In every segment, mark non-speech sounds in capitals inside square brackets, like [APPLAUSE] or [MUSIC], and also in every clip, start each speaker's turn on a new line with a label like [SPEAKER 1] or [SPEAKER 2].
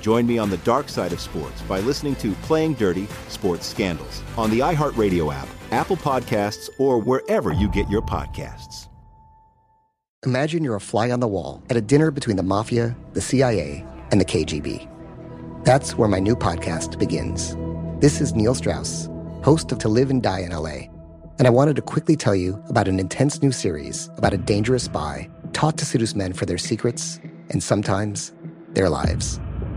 [SPEAKER 1] Join me on the dark side of sports by listening to Playing Dirty Sports Scandals on the iHeartRadio app, Apple Podcasts, or wherever you get your podcasts.
[SPEAKER 2] Imagine you're a fly on the wall at a dinner between the mafia, the CIA, and the KGB. That's where my new podcast begins. This is Neil Strauss, host of To Live and Die in LA, and I wanted to quickly tell you about an intense new series about a dangerous spy taught to seduce men for their secrets and sometimes their lives.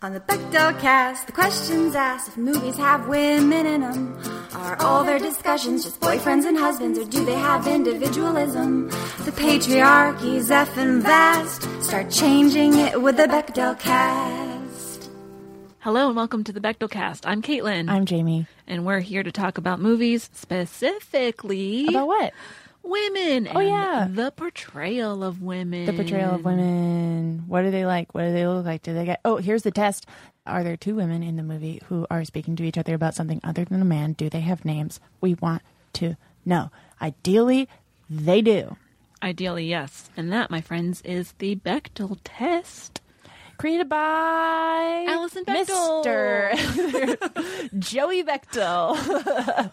[SPEAKER 3] On the Bechdel cast, the questions asked if movies have women in them. Are all their discussions just boyfriends and husbands, or do they have individualism? The patriarchy's effing vast. Start changing it with the Bechdel cast.
[SPEAKER 4] Hello and welcome to the Bechtel Cast. I'm Caitlin.
[SPEAKER 5] I'm Jamie.
[SPEAKER 4] and we're here to talk about movies specifically
[SPEAKER 5] About what?
[SPEAKER 4] women.
[SPEAKER 5] Oh,
[SPEAKER 4] and
[SPEAKER 5] yeah.
[SPEAKER 4] the portrayal of women.
[SPEAKER 5] The portrayal of women. What are they like? What do they look like? Do they get? Oh, here's the test. Are there two women in the movie who are speaking to each other about something other than a man? Do they have names? We want to know. Ideally, they do.
[SPEAKER 4] Ideally, yes. And that, my friends, is the Bechtel test.
[SPEAKER 5] Created by
[SPEAKER 4] Alison Bechtel.
[SPEAKER 5] Mr. [LAUGHS] Joey Bechtel,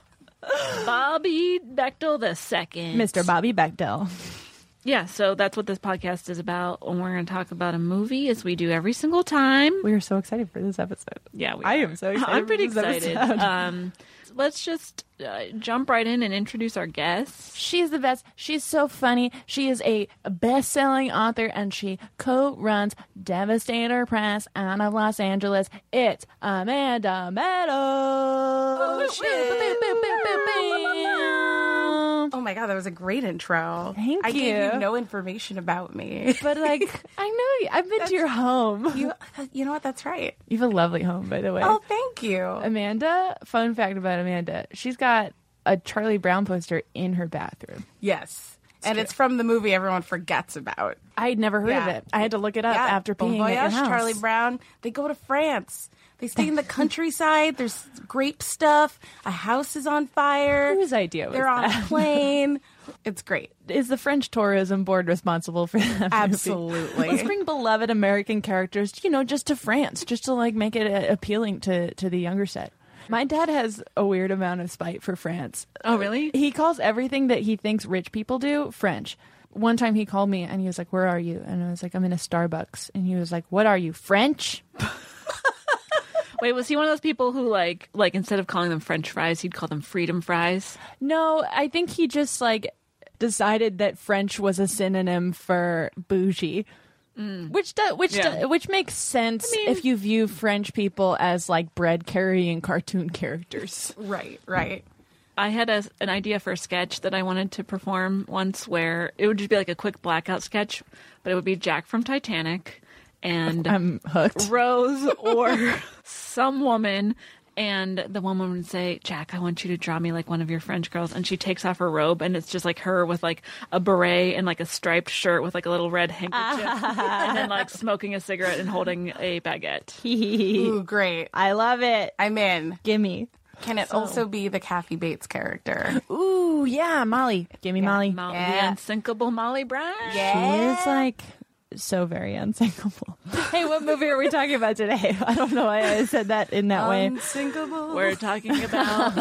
[SPEAKER 4] Bobby Bechtel the second.
[SPEAKER 5] Mr. Bobby Bechtel.
[SPEAKER 4] Yeah, so that's what this podcast is about. And we're going to talk about a movie as we do every single time.
[SPEAKER 5] We are so excited for this episode.
[SPEAKER 4] Yeah, we
[SPEAKER 5] I
[SPEAKER 4] are.
[SPEAKER 5] am so
[SPEAKER 4] [LAUGHS]
[SPEAKER 5] excited.
[SPEAKER 4] I'm pretty
[SPEAKER 5] for this
[SPEAKER 4] excited.
[SPEAKER 5] episode.
[SPEAKER 4] Um, let's just uh, jump right in and introduce our guest.
[SPEAKER 5] She's the best. She's so funny. She is a best selling author and she co runs Devastator Press out of Los Angeles. It's Amanda Meadows.
[SPEAKER 6] Oh my god, that was a great intro.
[SPEAKER 5] Thank
[SPEAKER 6] I gave
[SPEAKER 5] you.
[SPEAKER 6] you no information about me.
[SPEAKER 5] [LAUGHS] But,
[SPEAKER 6] [LAUGHS]
[SPEAKER 5] like, I know you. I've been to your home.
[SPEAKER 6] you, you know what? That's right.
[SPEAKER 5] You have a lovely home, by the way.
[SPEAKER 6] Oh, thank you.
[SPEAKER 5] um, Amanda, fun fact about Amanda she's got a Charlie Brown poster in her bathroom.
[SPEAKER 6] Yes, and it's from the movie everyone forgets about.
[SPEAKER 5] I had never heard
[SPEAKER 6] Yeah.
[SPEAKER 5] of it. I had to look it up
[SPEAKER 6] Yeah,
[SPEAKER 5] after
[SPEAKER 6] Bon
[SPEAKER 5] being at your
[SPEAKER 6] Voyage,
[SPEAKER 5] house.
[SPEAKER 6] Charlie Brown. They go to France. They
[SPEAKER 5] [LAUGHS]
[SPEAKER 6] stay in the countryside. There's grape stuff. A house is on fire.
[SPEAKER 5] Whose idea was
[SPEAKER 6] They're on
[SPEAKER 5] that? [LAUGHS]
[SPEAKER 6] a plane. It's great.
[SPEAKER 5] is the French tourism board responsible for that? movie?
[SPEAKER 6] Absolutely.
[SPEAKER 5] Let's bring beloved American characters, you know, just to France, just to like make it uh, appealing to to the younger set. My dad has a weird amount of spite for France.
[SPEAKER 4] Oh, really?
[SPEAKER 5] He calls everything that he thinks rich people do French. One time he called me and he was like, "Where are you?" And I was like, "I'm in a Starbucks." And he was like, "What are you, French?"
[SPEAKER 4] Wait, was he one of those people who like like instead of calling them French fries, he'd call them freedom fries?
[SPEAKER 5] No, I think he just like decided that French was a synonym for bougie. Which do, which
[SPEAKER 4] Mm. Yeah.
[SPEAKER 5] do, which makes sense
[SPEAKER 4] I mean-
[SPEAKER 5] if you view French people as like bread carrying cartoon characters.
[SPEAKER 6] Right, right.
[SPEAKER 5] [LAUGHS]
[SPEAKER 4] I had a, an idea for a sketch that I wanted to perform once where it would just be like a quick blackout sketch, but it would be Jack from Titanic and
[SPEAKER 5] [LAUGHS] I'm hooked. [LAUGHS]
[SPEAKER 4] Rose or some woman. And the woman would say, Jack, I want you to draw me like one of your French girls. And she takes off her robe, and it's just like her with like a beret and like a striped shirt with like a little red
[SPEAKER 5] [LAUGHS]
[SPEAKER 4] handkerchief, and then like smoking a cigarette and holding a baguette.
[SPEAKER 6] Ooh, great.
[SPEAKER 5] I love it.
[SPEAKER 6] I'm in.
[SPEAKER 5] Gimme.
[SPEAKER 6] Can it also be the Kathy Bates character?
[SPEAKER 5] Ooh, yeah, Molly. Gimme Molly.
[SPEAKER 4] Molly, the
[SPEAKER 6] Yeah.
[SPEAKER 4] unsinkable Molly Brown.
[SPEAKER 5] She is like so
[SPEAKER 4] [LAUGHS]
[SPEAKER 5] very unsinkable. hey, what movie are we talking about today?
[SPEAKER 4] Um,
[SPEAKER 5] I don't know why I said that in that way. [LAUGHS]
[SPEAKER 6] Unsinkable.
[SPEAKER 4] We're talking about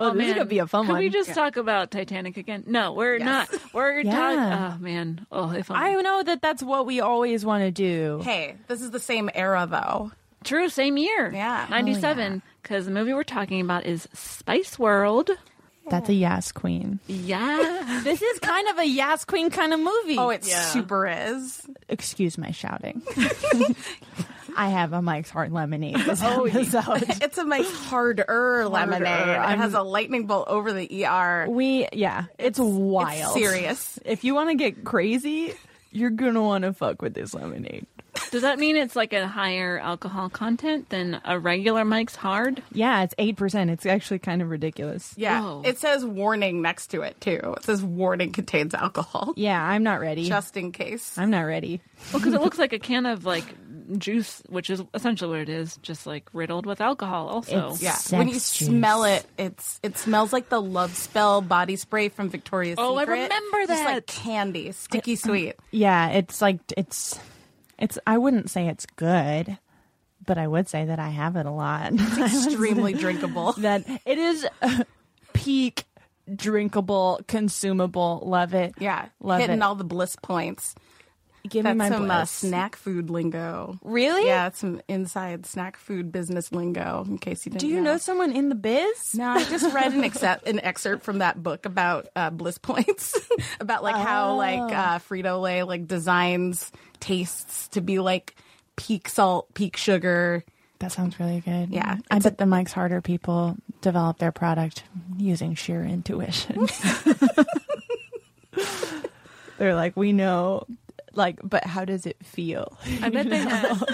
[SPEAKER 5] Oh, this is gonna be a fun
[SPEAKER 4] Can
[SPEAKER 5] one.
[SPEAKER 4] we just talk about Titanic again? No, we're not. We're
[SPEAKER 5] Yeah.
[SPEAKER 4] talking. Oh man. Oh, if
[SPEAKER 5] I
[SPEAKER 4] I'm
[SPEAKER 5] know that that's what we always want to do.
[SPEAKER 6] Hey, this is the same era though.
[SPEAKER 4] true, same year.
[SPEAKER 6] Yeah. Oh,
[SPEAKER 4] ninety-seven. Because the movie we're talking about is Spice World.
[SPEAKER 5] That's a yes queen.
[SPEAKER 4] Yeah.
[SPEAKER 5] This is kind of a yes queen kind of movie.
[SPEAKER 6] Oh, it super is.
[SPEAKER 5] excuse my [LAUGHS] shouting. I have a Mike's Hard [LAUGHS] Lemonade this episode.
[SPEAKER 6] It's a nice harder lemonade. It
[SPEAKER 5] I'm-
[SPEAKER 6] has a lightning bolt over the ER.
[SPEAKER 5] We yeah, it's, wild.
[SPEAKER 6] serious.
[SPEAKER 5] If you want to get crazy, you're gonna want to fuck with this lemonade.
[SPEAKER 4] Does that mean it's like a higher alcohol content than a regular Mike's Hard?
[SPEAKER 5] Yeah, it's eight percent. It's actually kind of ridiculous.
[SPEAKER 6] Yeah.
[SPEAKER 4] Whoa.
[SPEAKER 6] It says warning next to it too. It says warning contains alcohol.
[SPEAKER 5] [LAUGHS] Yeah, I'm not ready.
[SPEAKER 6] Just in case.
[SPEAKER 5] I'm not ready.
[SPEAKER 4] Well, because it looks like a can of like juice, which is essentially what it is, just like riddled with alcohol. Also,
[SPEAKER 5] It's-
[SPEAKER 6] Yeah.
[SPEAKER 5] Sex
[SPEAKER 6] when you
[SPEAKER 5] juice.
[SPEAKER 6] smell it, it's it smells like the love spell body spray from Victoria's
[SPEAKER 4] Oh, I
[SPEAKER 6] Secret.
[SPEAKER 4] remember
[SPEAKER 6] Just
[SPEAKER 4] that.
[SPEAKER 6] like candy,
[SPEAKER 5] [LAUGHS]
[SPEAKER 6] sticky sweet.
[SPEAKER 5] Yeah, it's like it's it's. I wouldn't say it's good, but I would say that I have it a lot. [LAUGHS]
[SPEAKER 6] Extremely drinkable.
[SPEAKER 5] that it is [LAUGHS] uh, peak drinkable, consumable. Love it.
[SPEAKER 6] Yeah.
[SPEAKER 5] love
[SPEAKER 6] Hitting
[SPEAKER 5] it.
[SPEAKER 6] all the bliss points.
[SPEAKER 5] Give me
[SPEAKER 6] That's
[SPEAKER 5] my
[SPEAKER 6] some uh,
[SPEAKER 5] bliss.
[SPEAKER 6] snack food lingo.
[SPEAKER 5] Really?
[SPEAKER 6] Yeah, it's some inside snack food business lingo. In case you didn't.
[SPEAKER 5] Do you know someone in the biz?
[SPEAKER 6] No, I just read an, except, an excerpt from that book about uh, bliss points, [LAUGHS] about like how like uh, Frito Lay like designs tastes to be like peak salt, peak sugar.
[SPEAKER 5] That sounds really good.
[SPEAKER 6] Yeah,
[SPEAKER 5] I bet the Mike's Harder people develop their product using sheer
[SPEAKER 6] [LAUGHS]
[SPEAKER 5] intuition. They're like, we know, like, but how does it feel?
[SPEAKER 4] I bet
[SPEAKER 5] [LAUGHS]
[SPEAKER 4] they have.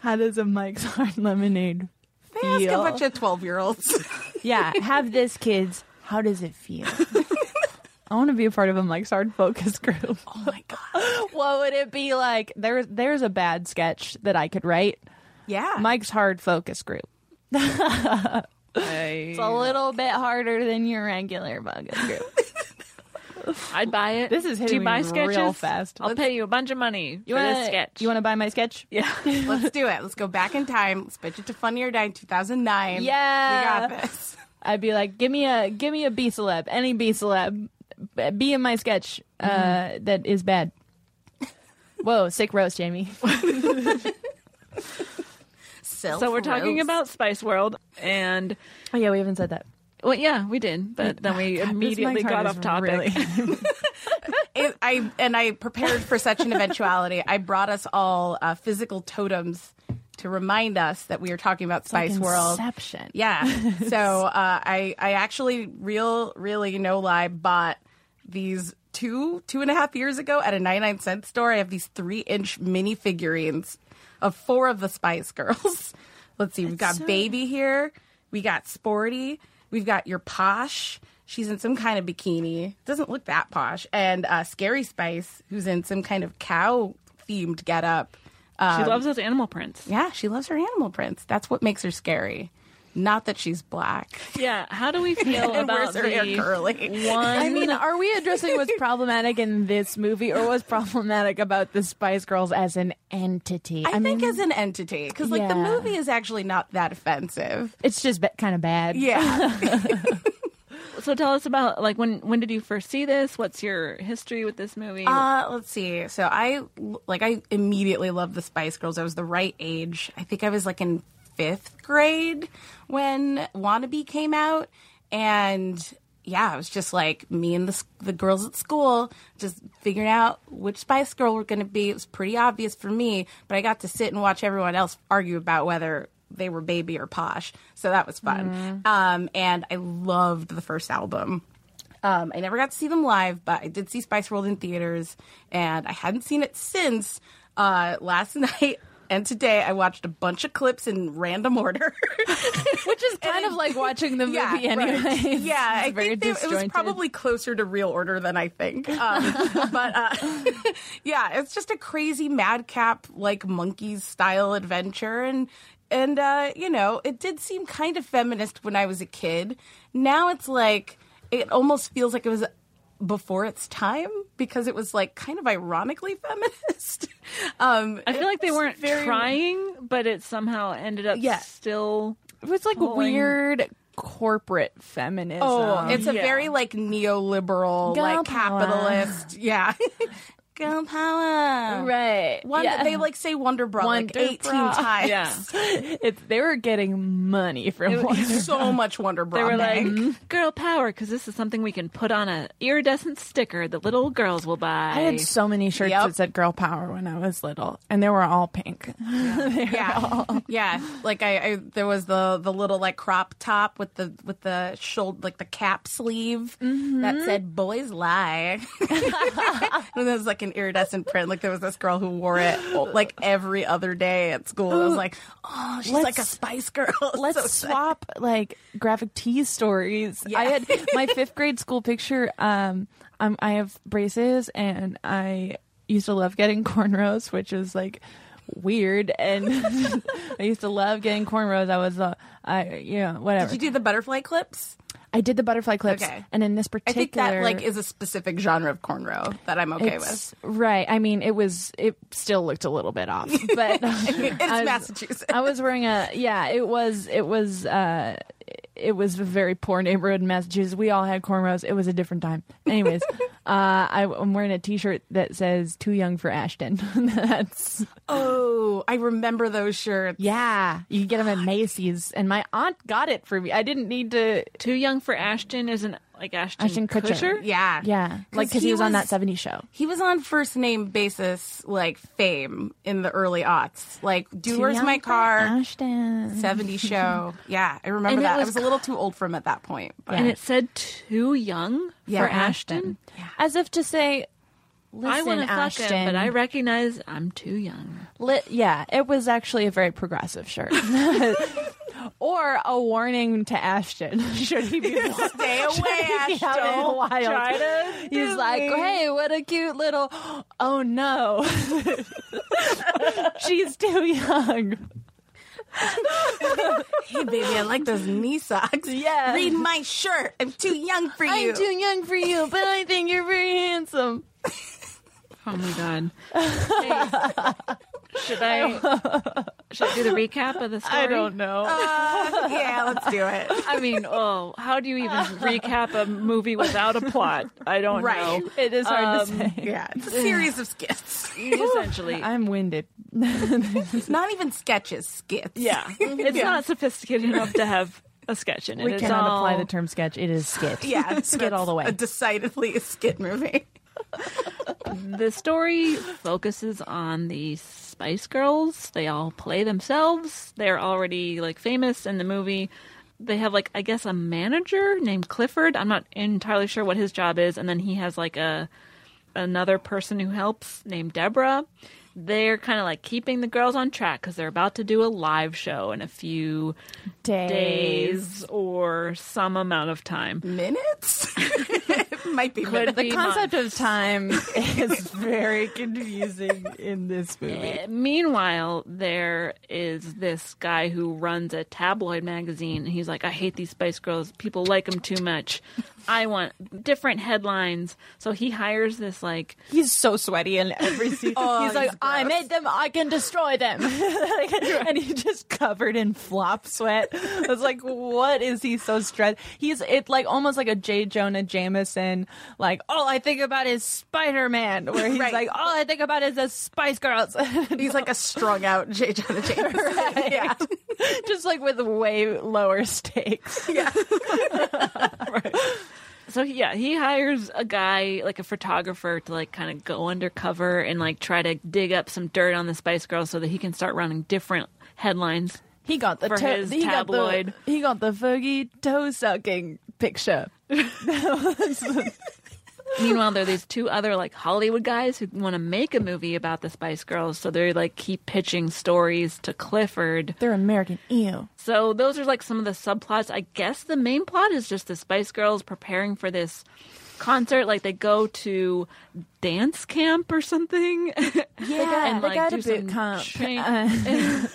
[SPEAKER 5] How does a Mike's Hard Lemonade
[SPEAKER 6] They ask a
[SPEAKER 5] feel?
[SPEAKER 6] bunch of twelve year [LAUGHS] olds.
[SPEAKER 5] yeah, have this, kids. How does it feel? [LAUGHS] I want to be a part of a Mike's Hard focus group.
[SPEAKER 6] oh my god!
[SPEAKER 5] [LAUGHS] what would it be like? There's there's a bad sketch that I could write.
[SPEAKER 6] [LAUGHS] Yeah,
[SPEAKER 5] Mike's Hard focus group.
[SPEAKER 4] I-
[SPEAKER 5] It's a little bit harder than your regular focus group.
[SPEAKER 4] [LAUGHS] I'd buy it.
[SPEAKER 5] This is
[SPEAKER 4] Do you
[SPEAKER 5] hitting
[SPEAKER 4] buy
[SPEAKER 5] me
[SPEAKER 4] sketches?
[SPEAKER 5] real fast.
[SPEAKER 4] I'll pay you a bunch of money for
[SPEAKER 5] wanna,
[SPEAKER 4] this sketch.
[SPEAKER 5] You want to buy my sketch?
[SPEAKER 4] yeah.
[SPEAKER 6] let's do it. Let's go back in time. Let's pitch it to Funny or Die in two thousand nine.
[SPEAKER 5] Yeah.
[SPEAKER 6] we got this.
[SPEAKER 5] I'd be like, give me a give me a B celeb, any B celeb, B- be in my sketch uh, that
[SPEAKER 4] [LAUGHS]
[SPEAKER 5] is bad. Whoa, sick roast, Jamie.
[SPEAKER 4] So we're talking about Spice World, and
[SPEAKER 5] Oh yeah, we haven't said that.
[SPEAKER 4] well, yeah, we did, but then we immediately got off topic. [LAUGHS]
[SPEAKER 6] it, I and I prepared for such an eventuality. I brought us all uh, physical totems to remind us that we are talking about Spice World.
[SPEAKER 5] Inception.
[SPEAKER 6] [LAUGHS] Yeah. So uh, I I actually real really no lie bought these two two and a half years ago at a ninety nine cent store. I have these three inch mini figurines of four of the Spice Girls. [LAUGHS] Let's see, we've got Baby here, we got Sporty, we've got your posh. She's in some kind of bikini. Doesn't look that posh. And uh, Scary Spice, who's in some kind of cow themed getup.
[SPEAKER 4] she loves those animal prints.
[SPEAKER 6] Yeah, she loves her animal prints. That's what makes her scary. Not that she's black.
[SPEAKER 4] Yeah. How do we feel
[SPEAKER 6] [LAUGHS] And
[SPEAKER 4] about
[SPEAKER 6] wears her
[SPEAKER 4] the
[SPEAKER 6] hair curly.
[SPEAKER 4] one?
[SPEAKER 5] I mean, are we addressing [LAUGHS] what's problematic in this movie, or what's problematic about the Spice Girls as an entity?
[SPEAKER 6] I, think
[SPEAKER 5] mean,
[SPEAKER 6] as an entity, because like the
[SPEAKER 5] Yeah.
[SPEAKER 6] movie is actually not that offensive.
[SPEAKER 5] it's just kind of bad.
[SPEAKER 6] Yeah,
[SPEAKER 4] so tell us about like when when did you first see this? What's your history with this movie?
[SPEAKER 6] Uh, let's see. So I like I immediately loved the Spice Girls. I was the right age. I think I was like in fifth grade when Wannabe came out, and yeah, it was just like me and the s- the girls at school just figuring out which Spice Girl we're going to be. It was pretty obvious for me, but I got to sit and watch everyone else argue about whether. They were baby or posh, so that was fun. Um, and I loved the first album. Um, I never got to see them live, but I did see Spice World in theaters, and I hadn't seen it since uh, last [LAUGHS] night. And today, I watched a bunch of clips in random order. [LAUGHS]
[SPEAKER 5] which is kind of like watching [LAUGHS] the movie anyway.
[SPEAKER 6] right. Yeah, I
[SPEAKER 5] It's very
[SPEAKER 6] think they- it was
[SPEAKER 5] disjointed.
[SPEAKER 6] probably closer to real order than I
[SPEAKER 5] [LAUGHS]
[SPEAKER 6] think. Um, but uh, [LAUGHS] yeah, it's just a crazy madcap like monkeys style adventure, and and uh, you know, it did seem kind of feminist when I was a kid. Now it's like it almost feels like it was before its time because it was like kind of ironically feminist. um,
[SPEAKER 4] I feel like they
[SPEAKER 6] it's
[SPEAKER 4] weren't
[SPEAKER 6] very-
[SPEAKER 4] trying, but it somehow ended up
[SPEAKER 6] Yeah.
[SPEAKER 4] still
[SPEAKER 7] It was like weird corporate feminism.
[SPEAKER 6] Oh, it's a very like neoliberal,
[SPEAKER 7] Girl
[SPEAKER 6] like
[SPEAKER 7] power.
[SPEAKER 6] capitalist. [LAUGHS] Yeah. Girl power.
[SPEAKER 7] right.
[SPEAKER 6] One
[SPEAKER 7] yeah.
[SPEAKER 5] [LAUGHS]
[SPEAKER 6] that they like say Wonder Bra like
[SPEAKER 7] Wonder
[SPEAKER 6] 18
[SPEAKER 7] Bra.
[SPEAKER 6] times. [LAUGHS]
[SPEAKER 4] Yeah.
[SPEAKER 7] It's they were getting money from Wonder
[SPEAKER 6] So much Wonder Bra.
[SPEAKER 4] They were like, [LAUGHS] "Mm,
[SPEAKER 6] Meg.
[SPEAKER 4] girl power, because this is something we can put on a iridescent sticker that little girls will buy.
[SPEAKER 5] [LAUGHS] I had so many shirts
[SPEAKER 6] Yep.
[SPEAKER 5] that said "Girl Power" when I was little, and they were all pink. [LAUGHS]
[SPEAKER 6] yeah, yeah. Like I, I, there was the the little like crop top with the with the shoulder like the cap sleeve that said "Boys Lie," [LAUGHS] and there was like an iridescent print. Like there was this girl who wore it like every other day at school. I was like, oh, she's like a
[SPEAKER 5] Let's-
[SPEAKER 6] Spice Girl. [LAUGHS]
[SPEAKER 5] Let's
[SPEAKER 6] So sad.
[SPEAKER 5] swap like graphic tee stories. I had my fifth grade school picture. Um, um, I have braces, and I used to love getting cornrows, which is like weird. And [LAUGHS] I used to love getting cornrows. I was, uh, I you know, whatever.
[SPEAKER 6] Did you do the butterfly clips?
[SPEAKER 5] I did the butterfly clips,
[SPEAKER 6] Okay.
[SPEAKER 5] and in this
[SPEAKER 6] I
[SPEAKER 5] particular,
[SPEAKER 6] think that like is a specific genre of cornrow that I'm okay with.
[SPEAKER 5] it's- right. I mean, it was. It still looked a little bit
[SPEAKER 6] [LAUGHS]
[SPEAKER 5] off, but um,
[SPEAKER 6] It's
[SPEAKER 5] I was-
[SPEAKER 6] Massachusetts.
[SPEAKER 5] [LAUGHS] I was wearing a yeah. It was it was uh, it was a very poor neighborhood in Massachusetts. We all had cornrows. It was a different time. [LAUGHS] Anyways, uh, I, I'm wearing a T-shirt that says "Too young for Ashton." [LAUGHS] That's
[SPEAKER 6] oh, I remember those shirts.
[SPEAKER 5] yeah. You can get them at Macy's, and my aunt got it for me. I didn't need to.
[SPEAKER 4] Too young for Ashton isn't like Ashton,
[SPEAKER 5] Ashton Kutcher.
[SPEAKER 6] Yeah.
[SPEAKER 5] Yeah, like because he, was on that '70s show.
[SPEAKER 6] He was on first name basis, like fame in the early aughts. Like, do
[SPEAKER 5] Too
[SPEAKER 6] where's
[SPEAKER 5] Young
[SPEAKER 6] my
[SPEAKER 5] for
[SPEAKER 6] car?
[SPEAKER 5] Ashton. [LAUGHS]
[SPEAKER 6] 70 show. Yeah, I remember
[SPEAKER 4] And it
[SPEAKER 6] that. I
[SPEAKER 4] was
[SPEAKER 6] was a little too old for him at that point. But
[SPEAKER 4] And it said too young
[SPEAKER 6] Yeah,
[SPEAKER 4] for Ashton.
[SPEAKER 5] as if to say, "Listen,
[SPEAKER 4] I want to fuck
[SPEAKER 5] Ashton."
[SPEAKER 4] him, but I recognize I'm too young.
[SPEAKER 5] Lit, yeah, it was actually a very progressive shirt. [LAUGHS] or a warning to Ashton. [LAUGHS] Should he be [LAUGHS]
[SPEAKER 6] [LAUGHS] stay away,
[SPEAKER 5] Should he be out in the
[SPEAKER 6] Ashton.
[SPEAKER 5] wild? [LAUGHS]
[SPEAKER 6] Try to
[SPEAKER 5] He's like, hey, what a cute little. [GASPS] Oh [LAUGHS] no, she's too young.
[SPEAKER 6] Hey, baby, I like those knee socks.
[SPEAKER 5] Yeah.
[SPEAKER 6] Read my shirt. I'm too young for you.
[SPEAKER 5] I'm too young for you, but I think you're very handsome.
[SPEAKER 4] Oh my god. Hey, should I should I do the recap of the story?
[SPEAKER 5] I don't know.
[SPEAKER 6] Uh, [LAUGHS] yeah, let's do it.
[SPEAKER 4] [LAUGHS] I mean, oh, how do you even recap a movie without a plot? I don't Um,
[SPEAKER 6] Right.
[SPEAKER 4] know.
[SPEAKER 5] it is hard to say.
[SPEAKER 6] Yeah, it's a series of
[SPEAKER 4] [LAUGHS]
[SPEAKER 6] skits.
[SPEAKER 4] Essentially,
[SPEAKER 5] I'm winded.
[SPEAKER 6] It's not even sketches, skits.
[SPEAKER 5] [LAUGHS]
[SPEAKER 4] yeah, it's not sophisticated enough to have a sketch in it.
[SPEAKER 5] We
[SPEAKER 4] it's
[SPEAKER 5] cannot
[SPEAKER 4] all...
[SPEAKER 5] apply the term sketch. It is skit.
[SPEAKER 6] [LAUGHS] Yeah,
[SPEAKER 5] [LAUGHS] skit all the way.
[SPEAKER 6] A decidedly skit movie.
[SPEAKER 4] The story focuses on the Spice Girls. They all play themselves. They're already like famous in the movie. They have like I guess a manager named Clifford. I'm not entirely sure what his job is, and then he has like a another person who helps named Deborah. They're kind of like keeping the girls on track because they're about to do a live show in a few days or some amount of time.
[SPEAKER 6] Minutes? [LAUGHS] it might be
[SPEAKER 4] Could
[SPEAKER 6] minutes.
[SPEAKER 4] be
[SPEAKER 5] The concept of
[SPEAKER 6] [LAUGHS]
[SPEAKER 5] time is very confusing in this movie.
[SPEAKER 4] Uh, Meanwhile, there is this guy who runs a tabloid magazine, and he's like, "I hate these Spice Girls. People like them too much. I want different headlines." So he hires this like
[SPEAKER 5] He's so sweaty in
[SPEAKER 6] [LAUGHS]
[SPEAKER 5] every scene.
[SPEAKER 6] Oh,
[SPEAKER 5] he's like, I made them, I can destroy them. [LAUGHS] Like, And he's just covered in flop sweat. I was like, what is he so stressed? He's it like almost like a J. Jonah Jameson, like, all I think about is Spider Man, where he's
[SPEAKER 6] Right.
[SPEAKER 5] like, all I think about is the Spice Girls.
[SPEAKER 6] He's like a strung out J.
[SPEAKER 5] [LAUGHS]
[SPEAKER 6] Jonah Jameson. Yeah.
[SPEAKER 5] just like with way lower stakes. [LAUGHS]
[SPEAKER 4] [LAUGHS] So he- yeah, he hires a guy like a photographer to like kind of go undercover and like try to dig up some dirt on the Spice Girls so that he can start running different headlines.
[SPEAKER 5] He got the
[SPEAKER 4] For
[SPEAKER 5] toe-
[SPEAKER 4] his
[SPEAKER 5] he
[SPEAKER 4] tabloid.
[SPEAKER 5] Got the, he got the foggy toe sucking picture.
[SPEAKER 4] Meanwhile, there are these two other like Hollywood guys who want to make a movie about the Spice Girls, so they like keep pitching stories to Clifford.
[SPEAKER 5] They're American. Ew.
[SPEAKER 4] So those are like some of the subplots. I guess the main plot is just the Spice Girls preparing for this concert. Like they go to dance camp or something. [LAUGHS]
[SPEAKER 5] Yeah,
[SPEAKER 4] and
[SPEAKER 5] they
[SPEAKER 4] like
[SPEAKER 5] got
[SPEAKER 4] do
[SPEAKER 5] a
[SPEAKER 4] some
[SPEAKER 5] boot camp. Uh.
[SPEAKER 4] train-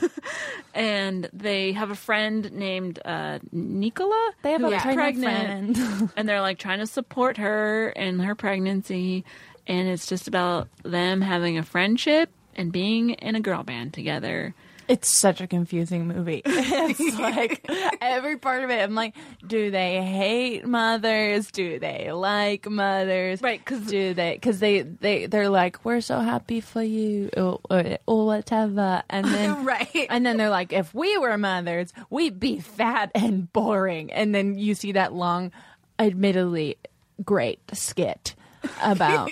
[SPEAKER 4] [LAUGHS] and they have a friend named uh, Nicola.
[SPEAKER 5] They have
[SPEAKER 4] who
[SPEAKER 5] a
[SPEAKER 4] is
[SPEAKER 5] pregnant friend. [LAUGHS]
[SPEAKER 4] and they're like trying to support her and her pregnancy. And it's just about them having a friendship and being in a girl band together.
[SPEAKER 5] It's such a confusing movie. [LAUGHS]
[SPEAKER 4] [LAUGHS]
[SPEAKER 5] It's like every part of it. I'm like, do they hate mothers? Do they like mothers?
[SPEAKER 4] Right, 'cause-
[SPEAKER 5] do they? Because they they they're like, we're so happy for you, or, or, or whatever.
[SPEAKER 4] [LAUGHS]
[SPEAKER 5] And then
[SPEAKER 6] Right.
[SPEAKER 5] and then they're like, if we were mothers, we'd be fat and boring. And then you see that long, admittedly great skit
[SPEAKER 4] [LAUGHS]
[SPEAKER 5] about.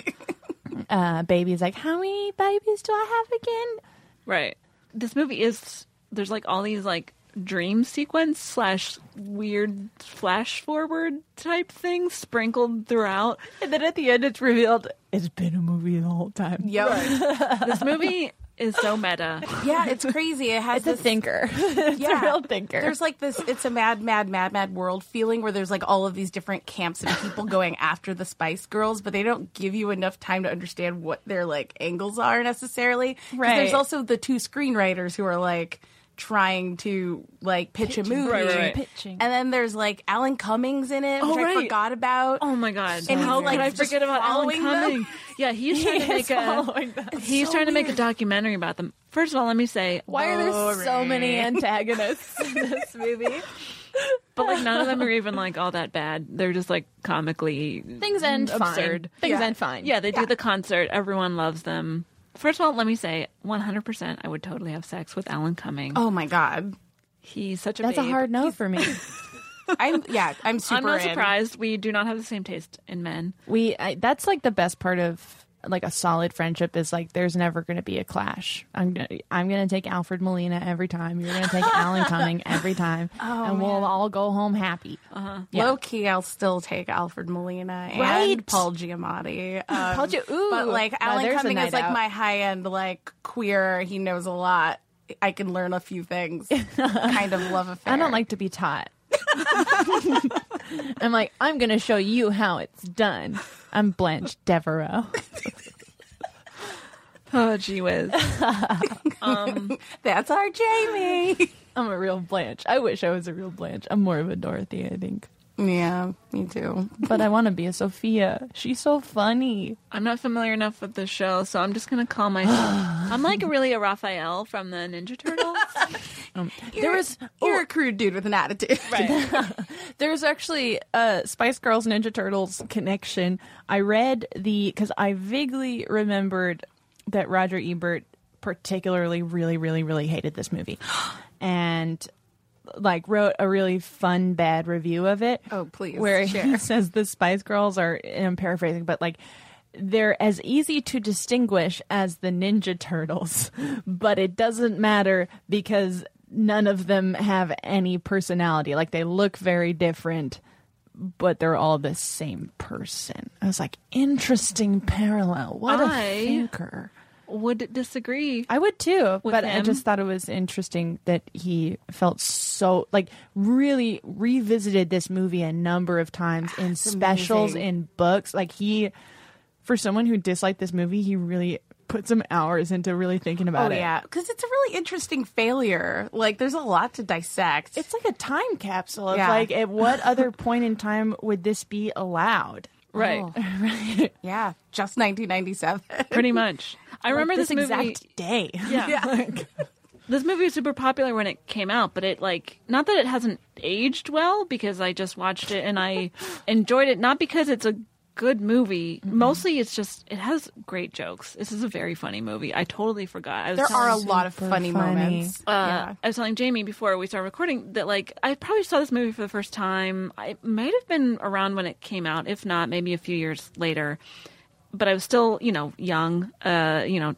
[SPEAKER 5] Uh, babies like how many babies do I have again?
[SPEAKER 4] Right. This movie is there's like all these like dream sequence slash weird flash forward type things sprinkled throughout.
[SPEAKER 5] And then at the end, it's revealed it's been a movie the whole time.
[SPEAKER 6] Yep.
[SPEAKER 4] This
[SPEAKER 5] [LAUGHS]
[SPEAKER 4] movie is so meta.
[SPEAKER 6] Yeah, it's crazy. It has
[SPEAKER 5] It's a
[SPEAKER 6] this-
[SPEAKER 5] thinker. [LAUGHS] it's
[SPEAKER 6] yeah,
[SPEAKER 5] a real thinker.
[SPEAKER 6] There's like this. It's a mad, mad, mad, mad world feeling where there's like all of these different camps and people going after the Spice Girls, but they don't give you enough time to understand what their like angles are necessarily. 'Cause There's
[SPEAKER 5] Right.
[SPEAKER 6] also the two screenwriters who are like trying to like pitch a movie,
[SPEAKER 4] right, right.
[SPEAKER 5] Pitching.
[SPEAKER 6] and then there's like Alan Cummings in it, which
[SPEAKER 4] Oh,
[SPEAKER 6] I
[SPEAKER 4] right.
[SPEAKER 6] forgot about.
[SPEAKER 4] Oh my god!
[SPEAKER 6] And he's,
[SPEAKER 4] how could
[SPEAKER 6] like,
[SPEAKER 4] I
[SPEAKER 6] just
[SPEAKER 4] forget about Alan
[SPEAKER 6] following them. [LAUGHS]
[SPEAKER 4] Cumming? Yeah, he's trying to
[SPEAKER 5] He
[SPEAKER 4] make
[SPEAKER 5] is following them.
[SPEAKER 4] a he's
[SPEAKER 6] So
[SPEAKER 4] trying to make a
[SPEAKER 6] weird.
[SPEAKER 4] documentary about them. First of all, let me say,
[SPEAKER 5] Why are there so many antagonists [LAUGHS] in this movie?
[SPEAKER 4] but like none of them are even like all that bad. They're just like comically
[SPEAKER 7] Things end
[SPEAKER 5] Mm,
[SPEAKER 4] absurd.
[SPEAKER 7] fine. Things
[SPEAKER 6] Yeah.
[SPEAKER 7] end fine.
[SPEAKER 4] Yeah, they do the concert. Everyone loves them. First of all, let me say, 100%, I would totally have sex with Alan Cumming.
[SPEAKER 6] Oh my god!
[SPEAKER 4] He's such a
[SPEAKER 5] That's a
[SPEAKER 4] babe.
[SPEAKER 5] hard no for me. [LAUGHS]
[SPEAKER 6] I'm yeah. I'm super.
[SPEAKER 4] I'm not
[SPEAKER 6] in.
[SPEAKER 4] surprised. We do not have the same taste in men.
[SPEAKER 5] we I, that's like the best part of like a solid friendship is like there's never going to be a clash. I'm gonna, I'm going to take Alfred Molina every time. You're going to take [LAUGHS] Alan Cumming every time, and we'll all go home happy. Oh, Uh-huh. Yeah.
[SPEAKER 6] Low key, I'll still take Alfred Molina
[SPEAKER 5] Right.
[SPEAKER 6] and Paul Giamatti.
[SPEAKER 5] [LAUGHS]
[SPEAKER 6] Um,
[SPEAKER 5] Paul Gi- ooh.
[SPEAKER 6] but like
[SPEAKER 5] Now
[SPEAKER 6] Alan
[SPEAKER 5] there's a
[SPEAKER 6] Cumming
[SPEAKER 5] night
[SPEAKER 6] is like
[SPEAKER 5] out.
[SPEAKER 6] my high end, like queer. He knows a lot. I can learn a
[SPEAKER 5] [LAUGHS]
[SPEAKER 6] few things. kind of love affair.
[SPEAKER 5] I don't like to be [LAUGHS] taught. I'm like, I'm going to show you how it's done. I'm Blanche Devereaux.
[SPEAKER 4] Oh, gee whiz.
[SPEAKER 6] [LAUGHS] That's our Jamie. [LAUGHS]
[SPEAKER 5] I'm a real Blanche. I wish I was a real Blanche. I'm more of a Dorothy, I think.
[SPEAKER 6] yeah, me too.
[SPEAKER 5] But I want to be a Sophia. She's so funny.
[SPEAKER 4] I'm not familiar enough with the show, so I'm just going to call
[SPEAKER 5] [SIGHS]
[SPEAKER 4] myself. I'm like really a Raphael from the Ninja Turtles.
[SPEAKER 5] [LAUGHS] there was
[SPEAKER 6] You're a crude dude with
[SPEAKER 5] [LAUGHS]
[SPEAKER 6] an attitude. Oh,
[SPEAKER 5] there's actually a Spice Girls Ninja Turtles connection. I read the because I vaguely remembered that Roger Ebert particularly really really really hated this movie, [GASPS] and like wrote a really fun bad review of it.
[SPEAKER 6] Oh, please,
[SPEAKER 5] where he [LAUGHS]
[SPEAKER 6] share.
[SPEAKER 5] says the Spice Girls are. And I'm paraphrasing, but like. They're as easy to distinguish as the Ninja Turtles, [LAUGHS] but it doesn't matter because none of them have any personality. Like they look very different, but they're all the same person. I was like, interesting parallel. What a
[SPEAKER 4] I-
[SPEAKER 5] thinker.
[SPEAKER 4] Would disagree.
[SPEAKER 5] I would too,
[SPEAKER 4] With
[SPEAKER 5] but I
[SPEAKER 4] him?
[SPEAKER 5] just thought it was interesting that he felt so like really revisited this movie a number of times in specials,
[SPEAKER 6] amazing.
[SPEAKER 5] in books. Like he, for someone who disliked this movie, he really put some hours into really thinking
[SPEAKER 6] Oh
[SPEAKER 5] about it.
[SPEAKER 6] yeah, because it's a really interesting failure. Like, there's a lot to dissect.
[SPEAKER 5] It's like a time capsule. Of
[SPEAKER 6] Yeah.
[SPEAKER 5] Like, at
[SPEAKER 6] [LAUGHS]
[SPEAKER 5] what other point in time would this be allowed? [LAUGHS]
[SPEAKER 4] Right.
[SPEAKER 6] yeah, just 1997.
[SPEAKER 4] Pretty much. I remember
[SPEAKER 6] [LAUGHS]
[SPEAKER 5] this,
[SPEAKER 4] this, movie.
[SPEAKER 5] exact day.
[SPEAKER 4] Yeah.
[SPEAKER 5] [LAUGHS]
[SPEAKER 4] this movie was super popular when it came out, but it like not that it hasn't aged well because I just watched it and
[SPEAKER 6] [LAUGHS]
[SPEAKER 4] I enjoyed it not because it's a good movie.
[SPEAKER 6] Mm-hmm.
[SPEAKER 4] Mostly it's just it has great jokes. This is a very funny movie. I totally forgot. I was
[SPEAKER 6] There
[SPEAKER 4] telling,
[SPEAKER 6] are a lot of
[SPEAKER 5] Super
[SPEAKER 6] funny,
[SPEAKER 5] funny.
[SPEAKER 6] moments.
[SPEAKER 4] uh, I was telling Jamie before we started recording that like I probably saw this movie for the first time. I might have been around when it came out, if not maybe a few years later. But I was still, you know, young, uh, you know,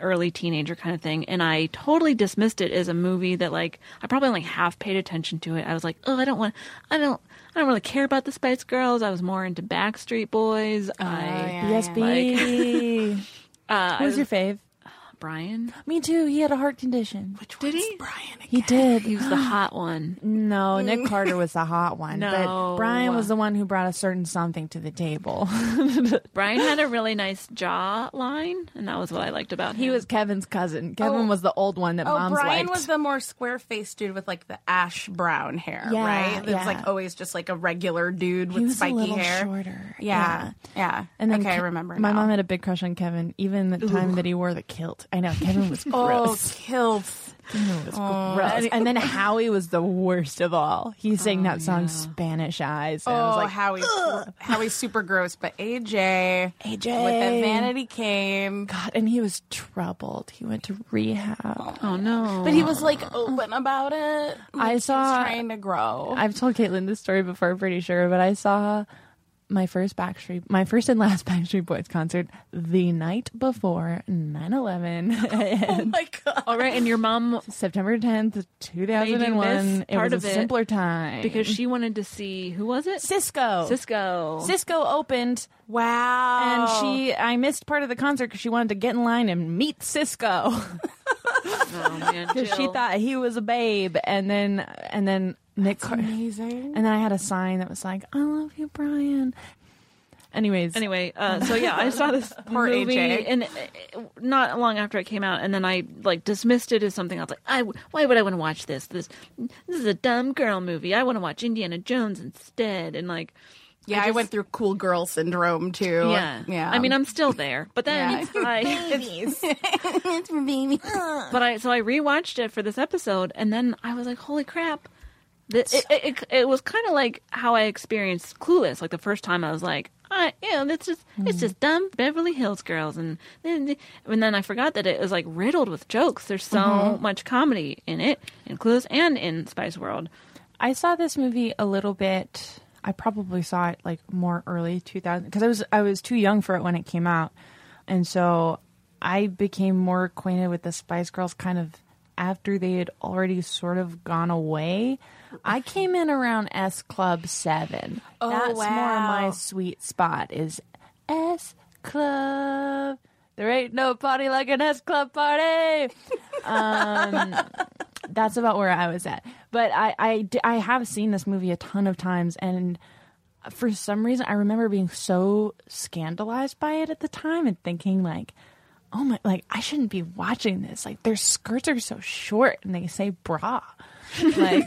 [SPEAKER 4] early teenager kind of thing, and I totally dismissed it as a movie that like I probably only half paid attention to it. I was like, oh, I don't want, I don't, I don't really care about the Spice Girls. I was more into Backstreet Boys.
[SPEAKER 5] Oh,
[SPEAKER 4] I
[SPEAKER 5] BSB.
[SPEAKER 6] [LAUGHS] uh,
[SPEAKER 5] Who's your fave? [GASPS]
[SPEAKER 4] Brian,
[SPEAKER 5] Me too. He had a heart condition.
[SPEAKER 6] Which did he? Brian.
[SPEAKER 5] He did.
[SPEAKER 4] he was the hot one.
[SPEAKER 5] No, Nick
[SPEAKER 6] Mm.
[SPEAKER 5] Carter was the
[SPEAKER 6] [LAUGHS]
[SPEAKER 5] hot one. But
[SPEAKER 4] No.
[SPEAKER 5] Brian was the one who brought a certain something to the table. [LAUGHS]
[SPEAKER 4] Brian had a really nice jaw line, and that was what I liked about him.
[SPEAKER 5] he was Kevin's cousin. Kevin was the old one that
[SPEAKER 6] Oh,
[SPEAKER 5] moms
[SPEAKER 6] Brian
[SPEAKER 5] liked.
[SPEAKER 6] was the more square faced dude with like the ash brown hair,
[SPEAKER 5] Yeah,
[SPEAKER 6] right? That's
[SPEAKER 5] yeah.
[SPEAKER 6] like always just like a regular dude
[SPEAKER 5] he
[SPEAKER 6] with
[SPEAKER 5] was
[SPEAKER 6] spiky
[SPEAKER 5] a little
[SPEAKER 6] hair.
[SPEAKER 5] shorter.
[SPEAKER 6] Yeah, yeah.
[SPEAKER 5] And then
[SPEAKER 6] okay, I
[SPEAKER 5] Ke-
[SPEAKER 6] remember.
[SPEAKER 5] My
[SPEAKER 6] now. [LAUGHS]
[SPEAKER 5] mom had a big crush on Kevin, even the time that he wore the kilt. I know Kevin was
[SPEAKER 6] [LAUGHS] oh
[SPEAKER 5] gross.
[SPEAKER 6] kilts. Oh.
[SPEAKER 5] Gross. And then Howie was the worst of all. He sang that song Spanish Eyes. And [LAUGHS] I was
[SPEAKER 6] Oh,
[SPEAKER 5] like,
[SPEAKER 6] Howie's Howie's super gross, but AJ,
[SPEAKER 5] AJ.
[SPEAKER 6] with the vanity came.
[SPEAKER 5] God, and he was troubled. He went to rehab.
[SPEAKER 4] Oh no!
[SPEAKER 6] But he was like open about it. Like,
[SPEAKER 5] I
[SPEAKER 6] he was
[SPEAKER 5] saw-
[SPEAKER 6] trying to grow. [LAUGHS]
[SPEAKER 5] I've told Caitlin this story before, pretty sure, but I saw my first Backstreet, my first and last [LAUGHS] Backstreet Boys concert the night before 9 11, [LAUGHS]
[SPEAKER 6] oh my god!
[SPEAKER 4] all right, and your mom
[SPEAKER 5] September 10th, 2001. It
[SPEAKER 4] part of
[SPEAKER 5] was a
[SPEAKER 4] it
[SPEAKER 5] simpler time.
[SPEAKER 4] because she wanted to see who was it?
[SPEAKER 5] Cisco. Oh.
[SPEAKER 4] Cisco.
[SPEAKER 5] Cisco opened, and
[SPEAKER 6] Wow.
[SPEAKER 5] she, I missed part of the concert because she wanted to get in line and meet Cisco. [LAUGHS]
[SPEAKER 4] Oh, man,
[SPEAKER 5] because she
[SPEAKER 4] Jill.
[SPEAKER 5] thought he was a babe, and then and then Nick Car-
[SPEAKER 6] amazing.
[SPEAKER 5] and then I had a sign that was like, "I love you, Brian." Anyways,
[SPEAKER 4] Anyway, uh, so yeah, I saw [LAUGHS] this
[SPEAKER 6] Poor
[SPEAKER 4] movie,
[SPEAKER 6] AJ.
[SPEAKER 4] and uh, not long after it came out, and then I like dismissed it as something else. Like, I w- why would I want to watch this? This this is a dumb girl movie. I want to watch Indiana Jones instead, and like,
[SPEAKER 6] yeah, I, went through cool girl syndrome too.
[SPEAKER 4] yeah,
[SPEAKER 6] yeah.
[SPEAKER 4] I mean, I'm still there, but
[SPEAKER 6] Yeah.
[SPEAKER 4] then
[SPEAKER 6] It's
[SPEAKER 4] [LAUGHS] I,
[SPEAKER 6] it's for baby.
[SPEAKER 4] but I so I rewatched it for this episode, and then I was like, holy crap. This, it, it, it, it was kind of like how I experienced Clueless. Like the first time, I was like, I, you know, that's just it's just dumb Beverly Hills girls, and then and then I forgot that it was like riddled with jokes. There's so much comedy in it, in Clueless and in Spice World.
[SPEAKER 5] I saw this movie a little bit. I probably saw it like more early 2000 because I was I was too young for it when it came out, and so I became more acquainted with the Spice Girls kind of after they had already sort of gone away. I came in around S Club Seven.
[SPEAKER 6] Oh,
[SPEAKER 5] That's more
[SPEAKER 6] wow.
[SPEAKER 5] my sweet spot is S Club. There ain't no party like an S Club party that's about where I was at. But I, I, d- I have seen this movie a ton of times, and for some reason, I remember being so scandalized by it at the time and thinking like, "Oh my! Like I shouldn't be watching this. Like their skirts are so short, and they say bra." like,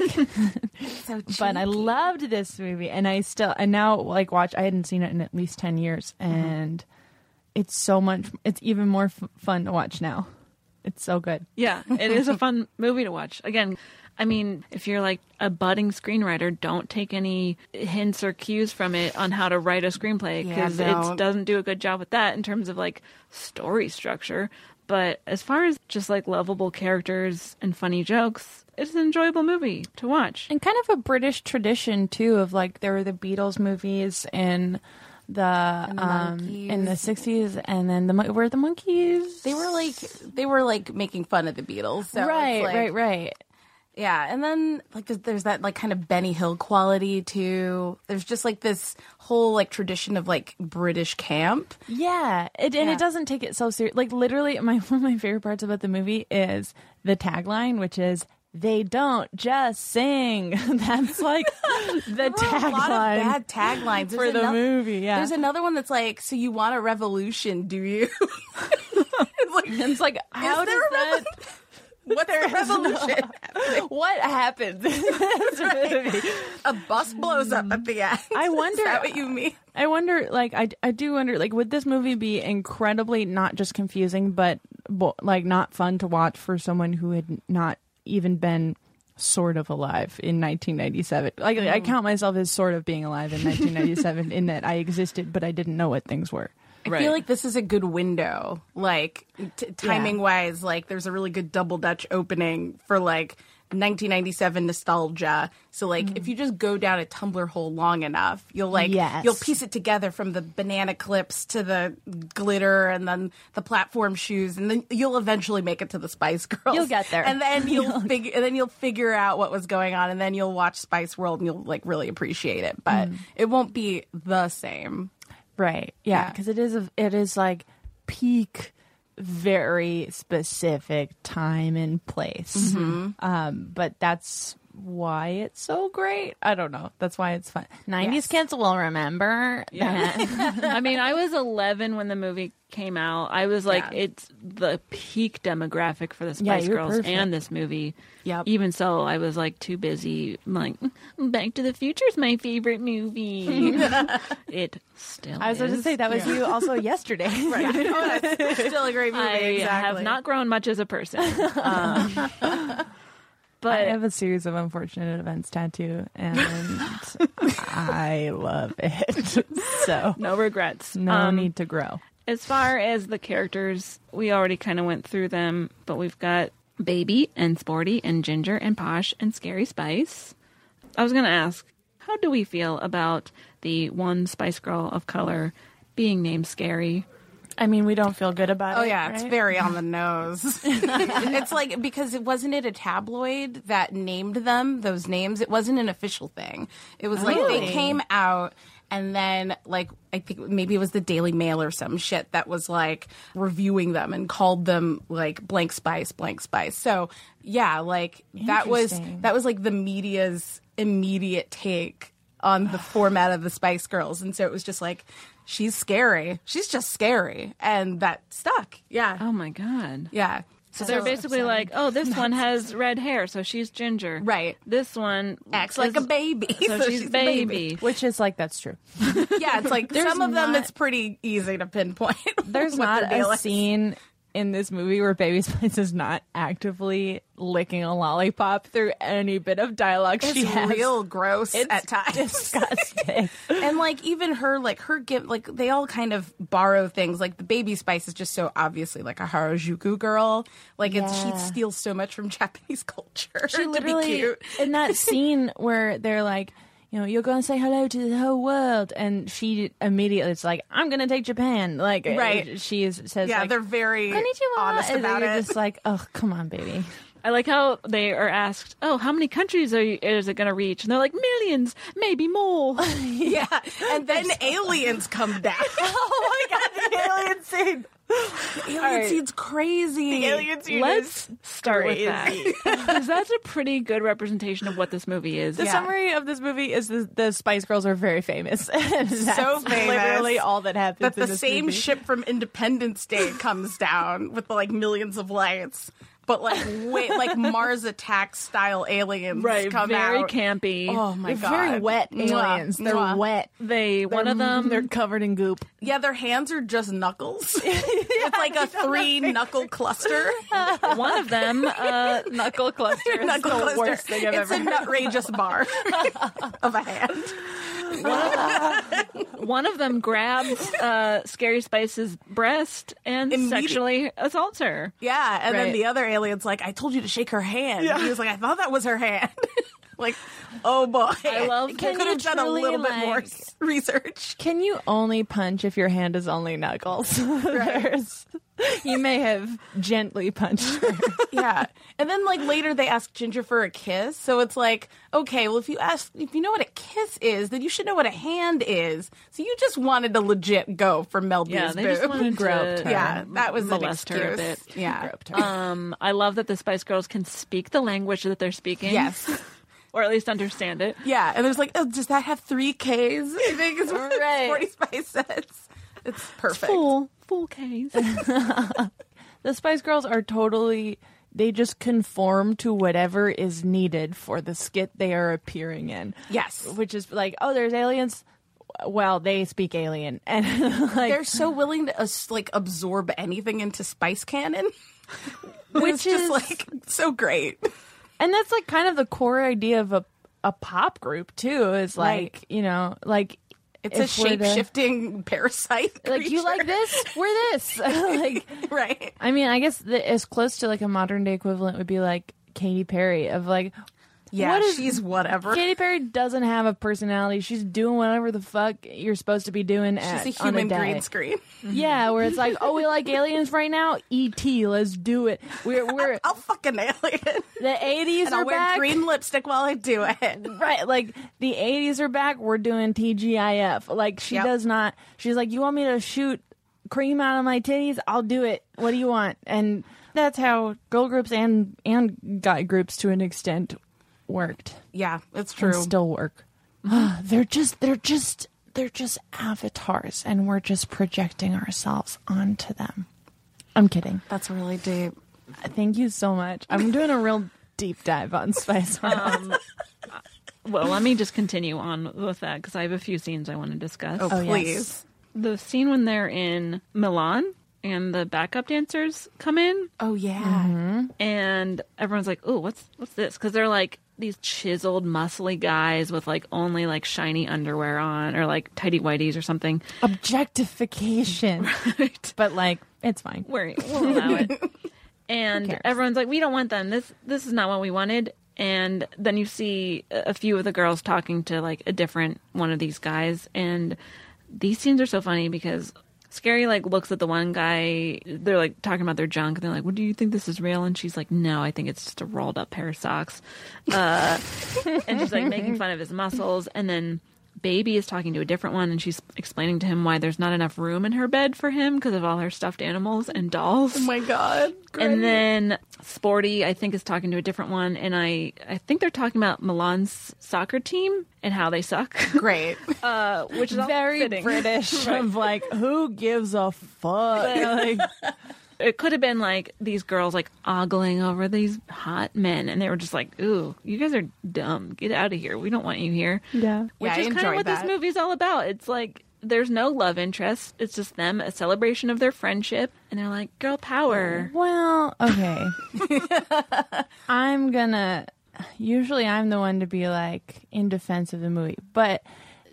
[SPEAKER 5] [LAUGHS] but I loved this movie, and I still and now like watch. I hadn't seen it in at least ten years, and it's so much. It's even more f- fun to watch now. It's so good.
[SPEAKER 6] [LAUGHS]
[SPEAKER 4] Yeah, it is a fun movie to watch. Again, I mean, if you're like a budding screenwriter, don't take any hints or cues from it on how to write a screenplay
[SPEAKER 6] Yeah,
[SPEAKER 4] because it
[SPEAKER 6] don't.
[SPEAKER 4] doesn't do a good job with that in terms of like story structure. But as far as just like lovable characters and funny jokes, it's an enjoyable movie to watch.
[SPEAKER 5] and kind of a British tradition too of like there were the Beatles movies in the, um in the sixties, and then the mon- were the monkeys.
[SPEAKER 6] They were like they were like making fun of the Beatles. So it's
[SPEAKER 5] right,
[SPEAKER 6] like-
[SPEAKER 5] right, right.
[SPEAKER 6] Yeah, and then like there's, there's that like kind of Benny Hill quality too. There's just like this whole like tradition of like British camp.
[SPEAKER 5] Yeah, it, and
[SPEAKER 6] Yeah.
[SPEAKER 5] it doesn't take it so serious. Like literally, my [LAUGHS] one of my favorite parts about the movie is the tagline, which is "They don't just sing." [LAUGHS] That's like the
[SPEAKER 6] [LAUGHS] There were A lot
[SPEAKER 5] tagline.
[SPEAKER 6] of bad taglines
[SPEAKER 5] for
[SPEAKER 6] There's
[SPEAKER 5] the movie, yeah.
[SPEAKER 6] there's another one that's like, "So you want a revolution, do you?" [LAUGHS] it's like,
[SPEAKER 5] it's like how does
[SPEAKER 6] is there a
[SPEAKER 5] that? [LAUGHS]
[SPEAKER 6] revolution? What's a revolution?
[SPEAKER 5] what happened? [LAUGHS] in this movie?
[SPEAKER 6] a bus blows up at the end.
[SPEAKER 5] I wonder-
[SPEAKER 6] [LAUGHS] Is that what you mean?
[SPEAKER 5] I wonder, like, I, I do wonder, like, would this movie be incredibly not just confusing, but bo- like not fun to watch for someone who had not even been sort of alive in 1997? Like, I count myself as sort of being alive in 1997 in that I existed, but I didn't know what things were.
[SPEAKER 6] I feel like this is a good window, like t- timing wise. Like, there's a really good double Dutch opening for like 1997 nostalgia. So, like, if you just go down a Tumblr hole long enough, you'll like
[SPEAKER 5] Mm. Yes.
[SPEAKER 6] you'll piece it together from the banana clips to the glitter and then the platform shoes, and then you'll eventually make it to the Spice Girls.
[SPEAKER 5] You'll get there.
[SPEAKER 6] and
[SPEAKER 5] [LAUGHS]
[SPEAKER 6] then you'll figure, and then you'll figure out what was going on, and then you'll watch Spice World, and you'll like really appreciate it.
[SPEAKER 5] Mm.
[SPEAKER 6] But it won't be the same.
[SPEAKER 5] Right. Yeah. Because it is, a, it is like peak, very specific time and place. Um, but that's
[SPEAKER 7] why it's so great. I don't know. That's why it's fun.
[SPEAKER 5] 90s kids will remember. that.
[SPEAKER 4] [LAUGHS] I mean, I was 11 when the movie came out. I was like,
[SPEAKER 7] Yeah.
[SPEAKER 4] it's the peak demographic for the
[SPEAKER 5] Yeah,
[SPEAKER 4] Spice
[SPEAKER 5] you're
[SPEAKER 4] Girls
[SPEAKER 5] perfect.
[SPEAKER 4] and this movie.
[SPEAKER 6] Yep.
[SPEAKER 4] Even so, I was like too busy. I'm like, "Mm, Back to the Future's my favorite movie. it still.
[SPEAKER 7] I was going
[SPEAKER 4] is.
[SPEAKER 7] to say that was you
[SPEAKER 5] [LAUGHS]
[SPEAKER 7] also yesterday.
[SPEAKER 6] oh, that's still a great movie.
[SPEAKER 4] I
[SPEAKER 6] exactly.
[SPEAKER 4] have not grown much as a person. Um,
[SPEAKER 5] I
[SPEAKER 4] but
[SPEAKER 5] have a series of unfortunate events tattoo, and I love it. So
[SPEAKER 4] no regrets.
[SPEAKER 5] no
[SPEAKER 4] Um,
[SPEAKER 5] need to grow.
[SPEAKER 4] As far as the characters, we already kind of went through them, but we've got Baby and Sporty and Ginger and Posh and Scary Spice. I was going to ask, how do we feel about the one Spice Girl of color being named Scary?
[SPEAKER 5] I mean, we don't feel good about
[SPEAKER 6] Oh
[SPEAKER 5] it.
[SPEAKER 6] yeah, it's
[SPEAKER 5] right?
[SPEAKER 6] very on the nose. [LAUGHS] it's like because it wasn't it a tabloid that named them those names. It wasn't an official thing. It was like they came out and then like I think maybe it was the Daily Mail or some shit that was like reviewing them and called them like blank spice, blank spice. So yeah, like that was
[SPEAKER 5] Interesting.
[SPEAKER 6] that was like the media's immediate take on the format of the Spice Girls, and so it was just like. She's scary. She's just scary. And that stuck. Yeah.
[SPEAKER 4] Oh my God.
[SPEAKER 6] Yeah.
[SPEAKER 4] So they're basically like, oh, [LAUGHS] this one has red hair, so she's Ginger.
[SPEAKER 6] Right.
[SPEAKER 4] This one
[SPEAKER 6] acts
[SPEAKER 4] is-
[SPEAKER 6] like a baby.
[SPEAKER 4] [LAUGHS] So,
[SPEAKER 6] [LAUGHS]
[SPEAKER 4] she's,
[SPEAKER 6] a
[SPEAKER 4] baby.
[SPEAKER 5] Which is like that's true.
[SPEAKER 6] Yeah, it's like some of them
[SPEAKER 7] not-
[SPEAKER 6] it's pretty easy to pinpoint.
[SPEAKER 7] There's
[SPEAKER 6] [LAUGHS] what
[SPEAKER 7] not
[SPEAKER 6] the deal
[SPEAKER 7] a
[SPEAKER 6] is.
[SPEAKER 7] scene in this movie where
[SPEAKER 5] [LAUGHS]
[SPEAKER 7] Baby Spice is not actively licking a lollipop through any bit of dialogue
[SPEAKER 6] It's
[SPEAKER 7] she has.
[SPEAKER 5] [LAUGHS]
[SPEAKER 6] real gross at times. [LAUGHS]
[SPEAKER 7] disgusting.
[SPEAKER 6] and like even her like her gift like they all kind of borrow things like the baby spice is just so obviously like a harajuku girl like it's she
[SPEAKER 5] Yeah.
[SPEAKER 6] steals so much from [LAUGHS] japanese culture
[SPEAKER 5] she literally
[SPEAKER 6] to be cute
[SPEAKER 5] in
[SPEAKER 6] [LAUGHS]
[SPEAKER 5] that scene where they're like you know you're gonna say hello to the whole world and she immediately it's like i'm gonna take japan like uh,
[SPEAKER 6] Right.
[SPEAKER 5] she is, says
[SPEAKER 6] yeah
[SPEAKER 5] like,
[SPEAKER 6] they're very
[SPEAKER 5] "Konnichiwa,"
[SPEAKER 6] honest
[SPEAKER 5] and
[SPEAKER 6] about
[SPEAKER 5] you're
[SPEAKER 6] it
[SPEAKER 5] just like oh come on baby
[SPEAKER 4] I like how they are asked, oh, how many countries are you, is it going to reach? And they're like, millions, maybe more.
[SPEAKER 6] [LAUGHS] yeah
[SPEAKER 5] [LAUGHS]
[SPEAKER 6] and then aliens come down [LAUGHS] [LAUGHS] oh my god
[SPEAKER 7] the alien
[SPEAKER 5] [LAUGHS]
[SPEAKER 7] scene.
[SPEAKER 6] Alien seed's crazy.
[SPEAKER 4] Let's start with that. 'Cause that's a pretty good representation of what this movie is.
[SPEAKER 7] The summary of this movie is the, the Spice Girls are very famous. [LAUGHS] And that's
[SPEAKER 6] So famous
[SPEAKER 7] Literally all that happens.
[SPEAKER 6] that
[SPEAKER 7] in
[SPEAKER 6] the
[SPEAKER 7] this
[SPEAKER 6] same
[SPEAKER 7] movie.
[SPEAKER 6] ship from Independence Day
[SPEAKER 5] [LAUGHS]
[SPEAKER 6] comes down with like millions of lights, but like
[SPEAKER 5] [LAUGHS]
[SPEAKER 6] wait, like Mars attack style aliens
[SPEAKER 4] Right,
[SPEAKER 6] come
[SPEAKER 4] very
[SPEAKER 6] out.
[SPEAKER 4] campy.
[SPEAKER 6] Oh my
[SPEAKER 7] They're
[SPEAKER 6] god,
[SPEAKER 7] very wet
[SPEAKER 6] Mwah,
[SPEAKER 7] aliens. They're
[SPEAKER 6] mwah.
[SPEAKER 7] wet.
[SPEAKER 4] They one of
[SPEAKER 7] [LAUGHS]
[SPEAKER 4] them
[SPEAKER 7] They're covered in goop.
[SPEAKER 6] Yeah, their hands are
[SPEAKER 7] [LAUGHS]
[SPEAKER 6] just knuckles. it's like a three knuckle cluster.
[SPEAKER 4] one of them uh,
[SPEAKER 7] Knuckle cluster.
[SPEAKER 6] knuckle
[SPEAKER 7] the
[SPEAKER 6] cluster.
[SPEAKER 7] worst thing I've
[SPEAKER 6] it's
[SPEAKER 7] ever
[SPEAKER 6] a
[SPEAKER 7] [LAUGHS]
[SPEAKER 6] nutrageous bar of a hand.
[SPEAKER 4] one of them grabs uh, Scary Spice's breast and
[SPEAKER 6] Immedi-
[SPEAKER 4] sexually assaults her.
[SPEAKER 6] Yeah, and then
[SPEAKER 7] Right.
[SPEAKER 6] the other alien's like, "I told you to shake her hand." He was like, "I thought that was her hand." [LAUGHS] like, oh boy, I
[SPEAKER 4] love
[SPEAKER 6] Could
[SPEAKER 4] that
[SPEAKER 6] have
[SPEAKER 4] you
[SPEAKER 6] done a
[SPEAKER 7] truly,
[SPEAKER 6] little bit more
[SPEAKER 7] like-
[SPEAKER 6] s- [LAUGHS] research.
[SPEAKER 7] Can you only punch if your hand is only knuckles? [LAUGHS] There's- you may have gently punched
[SPEAKER 6] [LAUGHS]
[SPEAKER 7] her.
[SPEAKER 6] yeah, and then like later they ask Ginger for a kiss, so it's like, okay, well if you ask, if you know what a kiss is, then you should know what a hand is. So you just wanted to legit go for Mel B's
[SPEAKER 4] Yeah, they
[SPEAKER 6] boob.
[SPEAKER 4] just wanted
[SPEAKER 7] Groped
[SPEAKER 4] to uh,
[SPEAKER 7] her.
[SPEAKER 6] yeah, that was an
[SPEAKER 4] molest
[SPEAKER 6] excuse.
[SPEAKER 4] her a bit.
[SPEAKER 6] Yeah.
[SPEAKER 4] Um, I love that the Spice Girls can speak the language that they're speaking.
[SPEAKER 6] Yes.
[SPEAKER 4] [LAUGHS] or at least understand it.
[SPEAKER 6] Yeah, and there's like, oh, does that have three Ks? I think is what
[SPEAKER 7] Right.
[SPEAKER 6] Forty Spice says. It's perfect.
[SPEAKER 4] Full, full case.
[SPEAKER 6] [LAUGHS]
[SPEAKER 5] the spice girls are totally they just conform to whatever is needed for the skit they are appearing in
[SPEAKER 6] Yes.
[SPEAKER 5] which is like oh there's aliens well they
[SPEAKER 7] [LAUGHS]
[SPEAKER 5] speak alien and like
[SPEAKER 6] They're so willing to uh, s- like absorb anything into Spice Cannon, [LAUGHS]
[SPEAKER 5] [LAUGHS] Which
[SPEAKER 6] which is
[SPEAKER 5] is-
[SPEAKER 6] like so great.
[SPEAKER 5] And that's like kind of the core idea of a a pop group too. Is like
[SPEAKER 6] Right.
[SPEAKER 5] you know like
[SPEAKER 6] It's a
[SPEAKER 5] if we're
[SPEAKER 6] shape
[SPEAKER 5] the-
[SPEAKER 6] shifting parasite.
[SPEAKER 5] [LAUGHS] Like you like
[SPEAKER 6] creature.
[SPEAKER 5] this, we're this. [LAUGHS]
[SPEAKER 6] [LAUGHS]
[SPEAKER 5] like
[SPEAKER 6] right?
[SPEAKER 5] I mean, I guess the, as close to like a modern day equivalent would be like Katy Perry of like
[SPEAKER 6] Yeah,
[SPEAKER 5] What is-
[SPEAKER 6] she's whatever.
[SPEAKER 5] Katy Perry doesn't have a personality. She's doing whatever the fuck you're supposed to be doing.
[SPEAKER 6] She's
[SPEAKER 5] at,
[SPEAKER 6] a
[SPEAKER 5] on
[SPEAKER 6] human
[SPEAKER 5] day.
[SPEAKER 6] green screen.
[SPEAKER 5] [LAUGHS] Yeah, where it's like, oh, we like aliens right now. ET, let's do it. We're we're
[SPEAKER 6] [LAUGHS] [LAUGHS] I'll fucking alien,
[SPEAKER 5] the '80s
[SPEAKER 6] and
[SPEAKER 5] are
[SPEAKER 6] I'll wear
[SPEAKER 5] back.
[SPEAKER 6] green lipstick while I do it.
[SPEAKER 5] Right, like the 80s are back. We're doing TGIF. Like she
[SPEAKER 6] Yep.
[SPEAKER 5] does not. She's like, you want me to shoot cream out of my titties? I'll do it. What do you want? And that's how girl groups and and guy groups to an extent worked.
[SPEAKER 6] Yeah, it's
[SPEAKER 5] Can
[SPEAKER 6] true.
[SPEAKER 5] still work. Ah, they're just they're just they're just avatars and we're just projecting ourselves onto them. I'm kidding.
[SPEAKER 6] That's really deep.
[SPEAKER 5] Thank you so much. I'm doing a real deep dive on Spice
[SPEAKER 6] [LAUGHS]
[SPEAKER 5] World.
[SPEAKER 6] Um,
[SPEAKER 4] Well, let me just continue on with that because I have a few scenes I want to discuss.
[SPEAKER 6] Oh,
[SPEAKER 5] yes.
[SPEAKER 6] please.
[SPEAKER 4] The scene when they're in Milan and the backup dancers come in
[SPEAKER 6] Oh yeah.
[SPEAKER 4] and everyone's like, "Oh, what's what's this?" Because they're like these chiseled, muscly guys with like only like shiny underwear on or like tidy whities or
[SPEAKER 6] [LAUGHS]
[SPEAKER 4] something.
[SPEAKER 5] Objectification. [LAUGHS] But like it's fine.
[SPEAKER 4] We're, we'll allow it. And
[SPEAKER 5] cares?
[SPEAKER 4] everyone's like, "We don't want them. This this is not what we wanted." And then you see a a few of the girls talking to like a different one of these guys, and these scenes are so funny because Scary like looks at the one guy. They're like talking about their junk, and they're like, "What do you think this is real?" And she's like, "No, I think it's just a rolled up pair of socks." Uh, [LAUGHS] and she's like making fun of his muscles, and then. Baby is talking to a different one, and she's explaining to him why there's not enough room in her bed for him because of all her stuffed animals and dolls.
[SPEAKER 6] Oh my god.
[SPEAKER 4] And then Sporty, I think, is talking to a different one, and I, I think they're talking about Milan's soccer team and how they suck,
[SPEAKER 6] Great. [LAUGHS]
[SPEAKER 4] uh, which is all
[SPEAKER 5] Very
[SPEAKER 4] fitting. [LAUGHS]
[SPEAKER 5] British. Of like, who gives a fuck? Like,
[SPEAKER 4] It could have been like these girls like ogling over these hot men, and they were just like, "Ooh, you guys are dumb. Get out of here. We don't want you here."
[SPEAKER 5] yeah.
[SPEAKER 4] which
[SPEAKER 6] Yeah, I
[SPEAKER 4] is kind of
[SPEAKER 6] enjoyed
[SPEAKER 4] what
[SPEAKER 6] that.
[SPEAKER 4] this movie's all about. It's like there's no love interest. It's just them, a celebration of their friendship, and they're like, "Girl power."
[SPEAKER 5] Well, okay. [LAUGHS] I'm gonna. Usually, I'm the one to be like in defense of the movie, but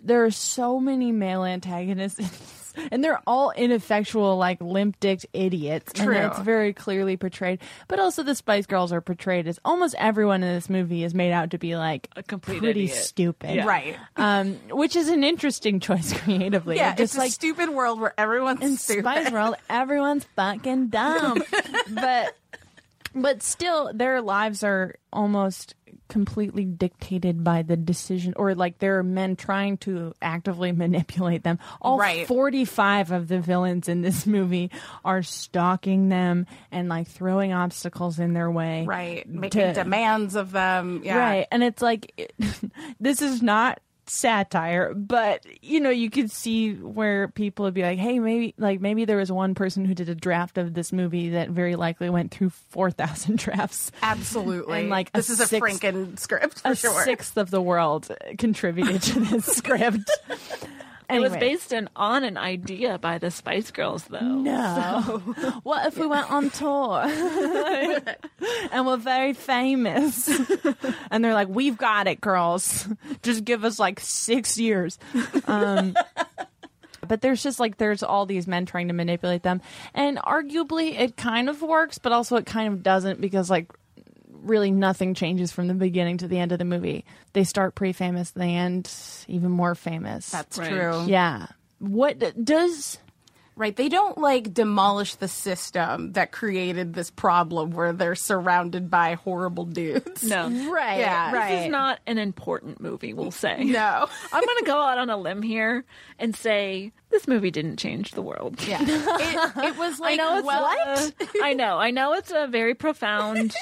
[SPEAKER 5] there are so many male antagonists, [LAUGHS] and they're all ineffectual, like limp-dicked idiots.
[SPEAKER 6] True.
[SPEAKER 5] And it's very clearly portrayed. But also, the Spice Girls are portrayed as almost everyone in this movie is made out to be like
[SPEAKER 4] A complete
[SPEAKER 5] pretty
[SPEAKER 4] idiot.
[SPEAKER 5] stupid,
[SPEAKER 4] Yeah.
[SPEAKER 6] Right.
[SPEAKER 5] Um, which is an interesting [LAUGHS] choice creatively.
[SPEAKER 6] Yeah,
[SPEAKER 5] just
[SPEAKER 6] it's a
[SPEAKER 5] like
[SPEAKER 6] stupid world where everyone's
[SPEAKER 5] in
[SPEAKER 6] stupid.
[SPEAKER 5] Spice World, everyone's fucking
[SPEAKER 6] [LAUGHS]
[SPEAKER 5] dumb. but but still their lives are almost completely dictated by the decision or like there are men trying to actively manipulate them. All
[SPEAKER 6] Right.
[SPEAKER 5] 45 of the villains in this movie are stalking them and like throwing obstacles in their way.
[SPEAKER 6] [LAUGHS] right. Making
[SPEAKER 5] to-
[SPEAKER 6] demands of them. Yeah.
[SPEAKER 5] Right. And it's like, it- [LAUGHS] this is not satire, but you know, you could see where people would be like, hey, maybe, like, maybe there was one person who did a draft of this movie that very likely went through [LAUGHS] 4,000 drafts.
[SPEAKER 6] Absolutely.
[SPEAKER 5] And, like, a
[SPEAKER 6] this is a
[SPEAKER 5] sixth-
[SPEAKER 6] Franken script for
[SPEAKER 5] A
[SPEAKER 6] sure.
[SPEAKER 5] sixth of the world contributed to this [LAUGHS] script.
[SPEAKER 4] It was
[SPEAKER 5] Anyway.
[SPEAKER 4] based in, on an idea by the Spice Girls, though.
[SPEAKER 5] No. What if we went on tour and we're very famous? And they're like, we've got it, girls. Just give us like six years. Um, but there's just like, there's all these men trying to manipulate them. And arguably, it kind of works, but also it kind of doesn't because, like, really nothing changes from the beginning to the end of the movie. They start pretty famous, they end even more famous.
[SPEAKER 6] That's
[SPEAKER 4] Right.
[SPEAKER 6] true.
[SPEAKER 5] yeah. What does.
[SPEAKER 6] Right. They don't like demolish the system that created this problem where they're surrounded by horrible dudes.
[SPEAKER 4] No.
[SPEAKER 5] Right.
[SPEAKER 6] Yeah.
[SPEAKER 5] Right.
[SPEAKER 4] This is not an important movie, we'll say.
[SPEAKER 6] No.
[SPEAKER 4] [LAUGHS] I'm going to go out on a limb here and say this movie didn't change the world.
[SPEAKER 6] Yeah. [LAUGHS] It, it was like
[SPEAKER 4] I know it's
[SPEAKER 6] well,
[SPEAKER 4] uh, I know. I know it's a very
[SPEAKER 5] [LAUGHS]
[SPEAKER 4] profound.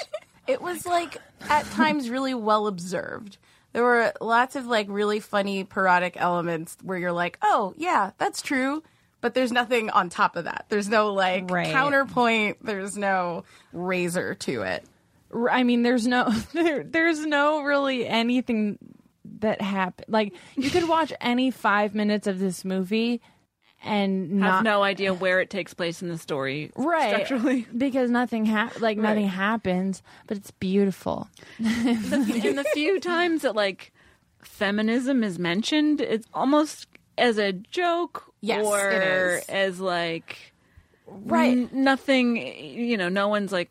[SPEAKER 6] It was like at times really well observed. There were lots of like really funny parodic elements where you're like, "Oh, yeah, that's true." But there's nothing on top of that. There's no like
[SPEAKER 5] Right.
[SPEAKER 6] counterpoint. There's no razor to it.
[SPEAKER 5] r- I mean, there's no, [LAUGHS] there, there's no really anything that happened. Like you could watch any five minutes of this movie and
[SPEAKER 4] have
[SPEAKER 5] not
[SPEAKER 4] no idea where it takes place in the story.
[SPEAKER 5] right
[SPEAKER 4] Structurally.
[SPEAKER 5] [LAUGHS] because nothing hap- like nothing
[SPEAKER 4] Right.
[SPEAKER 5] happens, but it's beautiful.
[SPEAKER 4] In the few times that like feminism is mentioned, it's almost as a joke
[SPEAKER 6] Yes,
[SPEAKER 4] or
[SPEAKER 6] it is.
[SPEAKER 4] as like
[SPEAKER 5] Right.
[SPEAKER 4] n- nothing. You know, no one's like.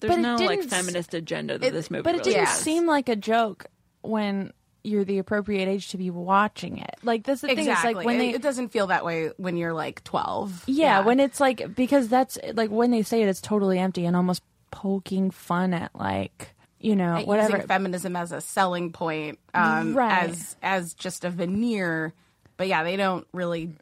[SPEAKER 4] There's
[SPEAKER 5] But it
[SPEAKER 4] no like
[SPEAKER 5] didn't s-
[SPEAKER 4] feminist agenda that this movie.
[SPEAKER 5] But it
[SPEAKER 4] really
[SPEAKER 5] didn't
[SPEAKER 4] has.
[SPEAKER 6] is.
[SPEAKER 5] seem like a joke when you're the appropriate age to be watching it. Like that's the thing.
[SPEAKER 6] exactly.
[SPEAKER 5] It's like when
[SPEAKER 6] it,
[SPEAKER 5] they
[SPEAKER 6] it doesn't feel that way when you're like 12.
[SPEAKER 5] Yeah, when it's like because that's like when they say it, it's totally empty and almost poking fun at like you know
[SPEAKER 6] At
[SPEAKER 5] whatever.
[SPEAKER 6] using feminism as a selling point, um,
[SPEAKER 5] Right.
[SPEAKER 6] as as just a veneer. But yeah, they don't really